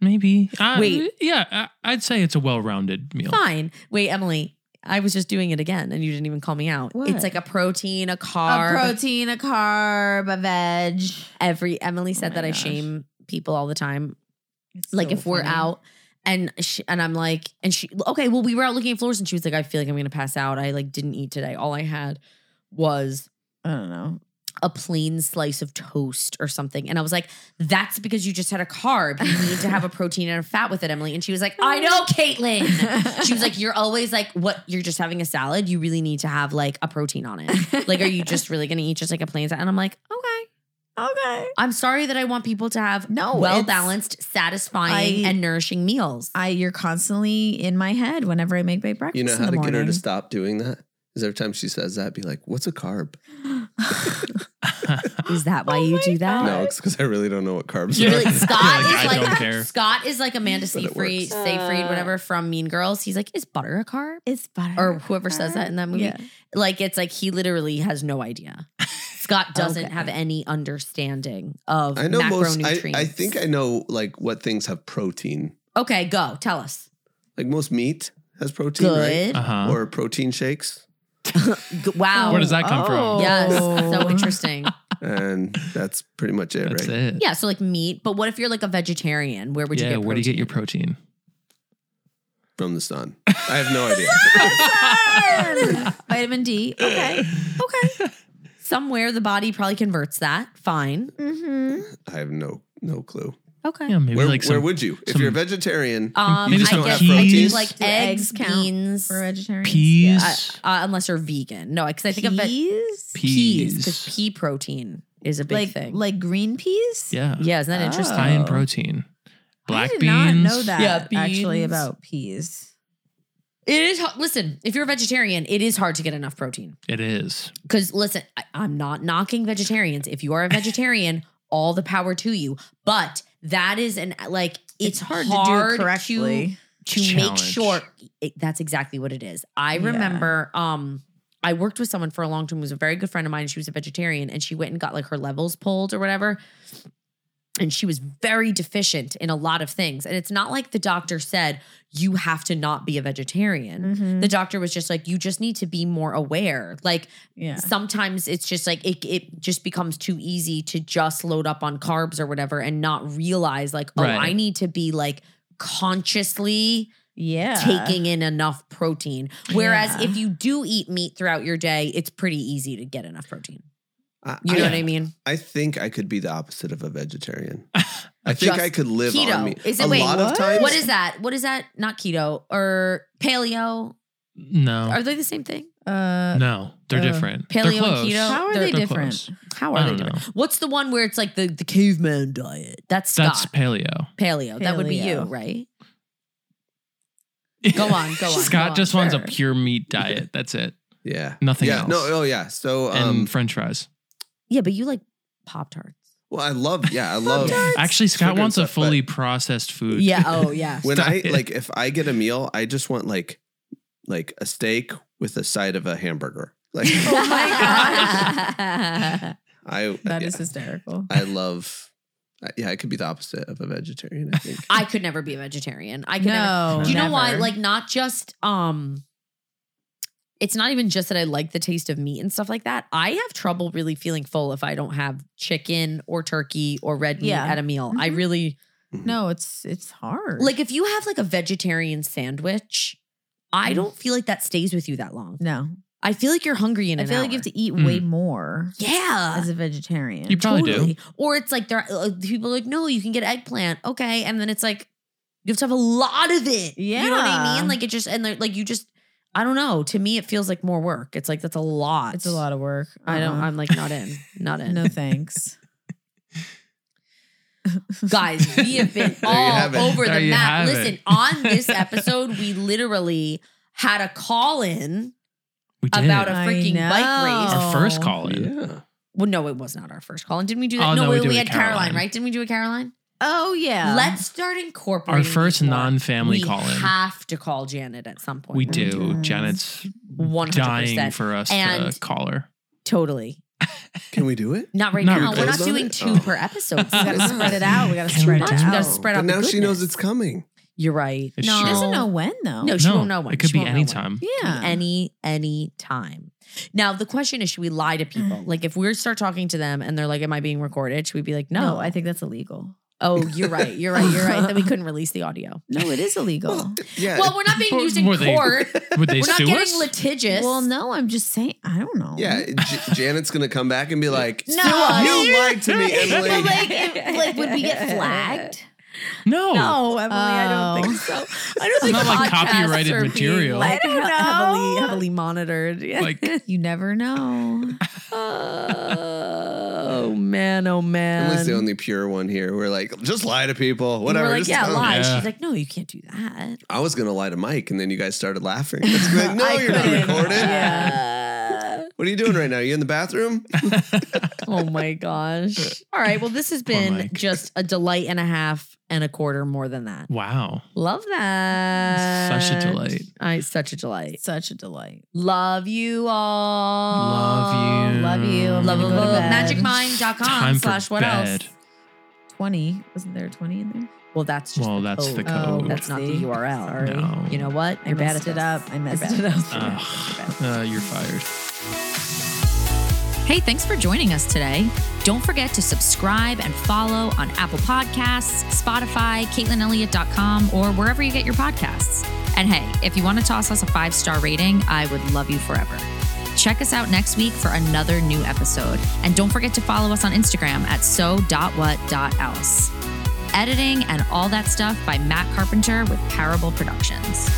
C: Maybe. I,
A: Wait.
C: Yeah, I, I'd say it's a well-rounded meal.
A: Fine. Wait, Emily, I was just doing it again and you didn't even call me out.
B: What?
A: It's like a protein, a
B: A
A: carb.
B: protein, a carb, a veg.
A: Every Emily said
B: Oh my
A: that I
B: gosh.
A: shame people all the time. like if we're out and she, and I'm like and she okay well we were out looking at floors and she was like I feel like I'm gonna pass out I like didn't eat today all I had was
B: I don't know.
A: a plain slice of toast or something and I was like that's because you just had a carb you need to have a protein and a fat with it Emily and she was like
B: Oh
A: I know Caitlin she was like you're always like what you're just having a salad you really need to have like a protein on it like are you just really gonna eat just like a plain salad and I'm like okay
B: okay.
A: I'm sorry that I want people to have
D: Oh,
B: No, it's-
A: well balanced satisfying
B: I-
A: and nourishing meals.
B: I you're constantly in my head whenever I make my breakfast.
D: You know
B: in
D: how
B: the
D: to get her to
B: morning.
D: stop doing that? Is every time she says that, be like, "What's a carb?"
A: Is that why
B: Oh
A: you
B: my
A: do that?
D: No, it's because I really don't know what carbs
C: Yeah.
D: are.
A: Really, Scott
C: You're like,
A: is
C: I
A: Uh, like
C: don't care.
A: Scott is like Amanda
D: But it
A: Seyfried,
D: works.
A: Seyfried, whatever from Mean Girls. He's like, is butter a carb?
B: It's butter
A: Or whoever says that in that movie.
B: Yeah.
A: Like it's like he literally has no idea. Scott doesn't
B: Okay.
A: have any understanding of
D: I know most. I,
A: macronutrients.
D: I think I know like what things have protein.
A: okay, go tell us.
D: Like most meat has protein,
A: Good.
D: right?
C: Uh-huh.
D: Or protein shakes,
A: G- wow.
C: Where does that come from?
A: Yes, so
B: Oh.
A: interesting.
D: and that's pretty much it,
C: That's
D: right?
C: it.
A: Yeah, so like meat, but what if you're like a vegetarian? Where would you
C: yeah,
A: get protein?
C: where do you get your protein?
D: From the sun. I have no idea.
B: Vitamin D. Okay. Okay.
A: Somewhere the body probably converts that. Fine.
B: Mm-hmm.
D: I have no no clue.
A: Okay.
C: Yeah, maybe
D: Where,
C: like
D: where
C: some
D: would you? if
C: some-
D: you're a vegetarian,
A: Um,
C: You just
A: I
C: don't
A: guess
C: have
A: I do
C: proteins?
A: like
B: Do
A: eggs,
B: eggs count
A: beans,
B: For vegetarians.
C: peas.
A: uh, uh, unless you're vegan. No, because I think of it,
B: peas?
A: peas
C: Peas.
A: because pea protein is a big
B: Like
A: thing.
B: like green peas?
C: yeah.
A: yeah, isn't that interesting?
C: High in
B: Oh.
C: protein. Black
B: I did
C: beans.
B: not know that
A: Yeah,
B: actually
A: beans.
B: about peas.
A: It is. h- Listen, if you're a vegetarian, it is hard to get enough protein.
C: It is.
A: Because listen, I, I'm not knocking vegetarians. If you are a vegetarian, all the power to you. But that is an like it's, hard,
B: to do correctly.
A: to make
C: Challenge.
A: sure it, that's exactly what it is. I
B: Yeah.
A: remember um I worked with someone for a long time who was a very good friend of mine and she was a vegetarian and she went and got like her levels pulled or whatever. And she was very deficient in a lot of things. And it's not like the doctor said you have to not be a vegetarian.
B: Mhm.
A: The doctor was just like you just need to be more aware. Like
B: yeah.
A: sometimes it's just like it, it just becomes too easy to just load up on carbs or whatever and not realize like oh
C: Right.
A: i need to be like consciously
B: Yeah.
A: taking in enough protein whereas
B: Yeah.
A: if you do eat meat throughout your day it's pretty easy to get enough protein
D: I,
A: you know
D: I,
A: what i mean
D: I think I could be the opposite of a vegetarian. I think
A: Just
D: I could live
A: keto.
D: on meat.
A: Is it-
D: a
A: wait,
D: lot
B: what?
D: of times?
A: what is that what is that not keto or paleo
C: No.
A: are they the same thing
B: uh
C: no, they're
B: uh,
C: different. They're
A: paleo and
C: close.
A: keto?
B: how are
A: They're-
B: they
C: They're
B: different?
C: close.
A: how
C: I
A: are they
C: don't
A: different
C: know.
A: what's the one where it's like the, the caveman diet that's scott
C: That's paleo.
A: paleo. that would be you
B: Paleo.
A: right Go on, go on, go
C: Scott
A: on.
C: just wants a
A: Sure.
C: pure meat diet. That's it.
D: Yeah.
C: Nothing
D: yeah.
C: else.
D: No. Oh, yeah. So,
C: And
D: um,
C: French fries.
A: yeah but you like pop tarts
D: well, I love. Yeah, I love.
C: Actually, Scott
D: sugar
C: wants a
D: and stuff, but-
C: fully processed food.
A: yeah oh yeah
D: when
C: Stop
D: I
C: it.
D: like if I get a meal, I just want like like a steak with a side of a hamburger. Like
B: Oh my
A: gosh.
D: I
B: That is
D: yeah,
B: hysterical.
D: I love I- yeah, I could be the opposite of a vegetarian, I think.
A: I could never be a vegetarian. I could never.
B: no.
A: Do you know why?
B: never.
A: Like not just um it's not even just that I like the taste of meat and stuff like that. I have trouble really feeling full if I don't have chicken or turkey or red meat
B: Yeah.
A: at a meal. I
B: Mhm.
A: really
B: no, it's it's hard.
A: like if you have like a vegetarian sandwich, I don't feel like that stays with you that long.
B: Mm. no.
A: I feel like you're hungry in Hmm.
B: I
A: an
B: feel like you
A: hour.
B: have to eat
C: Mm.
B: way more
A: yeah.
B: as a vegetarian.
C: You probably do.
A: Or it's like there uh, people are like, no, you can get eggplant, okay, and then it's like you have to have a lot of it. you know what I
B: Yeah.
A: mean. Like it just and they're- like you just, I don't know. To me, it feels like more work. It's like that's a lot.
B: it's a lot of work.
A: I don't.
B: Uh-uh.
A: I'm like not in, not in.
B: no thanks.
A: Guys, we have been
D: There you
A: all
D: have it.
A: over
C: There
A: the
C: you
A: map.
C: have it.
A: Listen, on this episode, we literally had a call in
C: we did.
A: about a
B: I
A: freaking bike race.
B: know.
C: our first call in.
D: Yeah.
A: Well, no, it was not our first call in. Didn't we do that?
C: Oh, no, we
A: we,
C: did
A: we
C: with
A: had Caroline.
C: Caroline.
A: right? Didn't we do a Caroline?
B: Oh yeah.
A: Let's start incorporating
C: Our first
A: these more.
C: non-family
A: we
C: call in.
A: have to call Janet at some point.
C: We
B: Oh my
C: do.
B: gosh.
C: Janet's
A: 100%.
C: dying for us
A: And-
C: to call her.
A: Totally.
D: Can we do it?
A: Not right
C: Not
A: now. We're not
D: recorded on
A: doing
D: it?
A: two
D: Oh.
A: per episode.
B: We gotta spread it out. We gotta spread it
A: Much. We
B: out.
A: gotta spread
D: But
A: out. the
D: now she knows
A: goodness.
D: it's coming.
A: You're right.
C: It's
B: She
C: true.
B: doesn't know when though.
A: No, she won't know when.
C: It could
A: She
C: be
A: won't know when.
C: anytime.
B: Yeah.
A: any any time. Now the question is, should we lie to
B: Mm.
A: people? Like if we start talking to them and they're like, "Am I being recorded?" Should we be like, "No,
B: no, I think that's illegal.
A: oh, you're right, you're right, you're right." Then we couldn't release the audio.
B: No, it is illegal.
D: Yeah.
A: Well, we're not being
C: Or
A: used in
C: were they-
A: court.
C: Would they
A: We're not
C: sue us?
A: getting litigious.
B: well, no, I'm just saying. I don't know.
D: yeah. J- Janet's going to come back and be like,
A: No. No.
D: You lied to me, Emily.
B: But
D: Well,
B: like, if, like, would we get flagged?
C: no.
B: No, Emily, I don't think
A: Oh.
B: so.
A: I don't
C: It's not like
A: podcasts
C: copyrighted
A: are being,
C: material.
A: like,
B: I don't
A: he-
B: know.
A: Heavily, heavily monitored. Yeah.
C: Like-
B: You never know.
A: oh man, oh man.
D: Emily's the only pure one here. We're like, just lie to people.
A: And
D: Whatever.
A: We're like,
D: just
A: yeah,
D: tell 'em."
A: lie.
C: Yeah.
A: She's like, no, you can't do that.
D: I was going to lie to Mike, and then you guys started laughing. It's like, no,
A: I
D: you're not
A: couldn't.
D: recorded.
A: Yeah.
D: What are you doing right now? You in the bathroom?
A: oh my gosh. All right. Well, this has
C: Poor
A: been
C: Mike.
A: just a delight and a half and a quarter more than that.
C: Wow.
A: Love that.
C: Such a delight.
A: I such a delight.
B: Such a delight.
A: Love you all.
C: Love you.
B: love you.
A: Oh, Love, love,
B: Go to
A: love.
B: bed.
A: Magicmind.com
C: Time for
A: slash what
C: bed.
A: else?
B: 20. Wasn't there a 20 in there?
A: Well, that's just
C: Well,
A: the
C: that's the
A: code.
C: code.
A: That's not the
B: See?
A: URL.
B: Sorry.
C: No.
A: You know what?
B: I messed it up. I messed it up.
C: Ugh. uh, you're fired.
A: Hey, thanks for joining us today. Don't forget to subscribe and follow on Apple Podcasts, Spotify, CaitlinElliott.com, or wherever you get your podcasts. And hey, if you want to toss us a five star rating, I would love you forever. Check us out next week for another new episode. And don't forget to follow us on Instagram at so.what.else. Editing and all that stuff by Matt Carpenter with Parable Productions.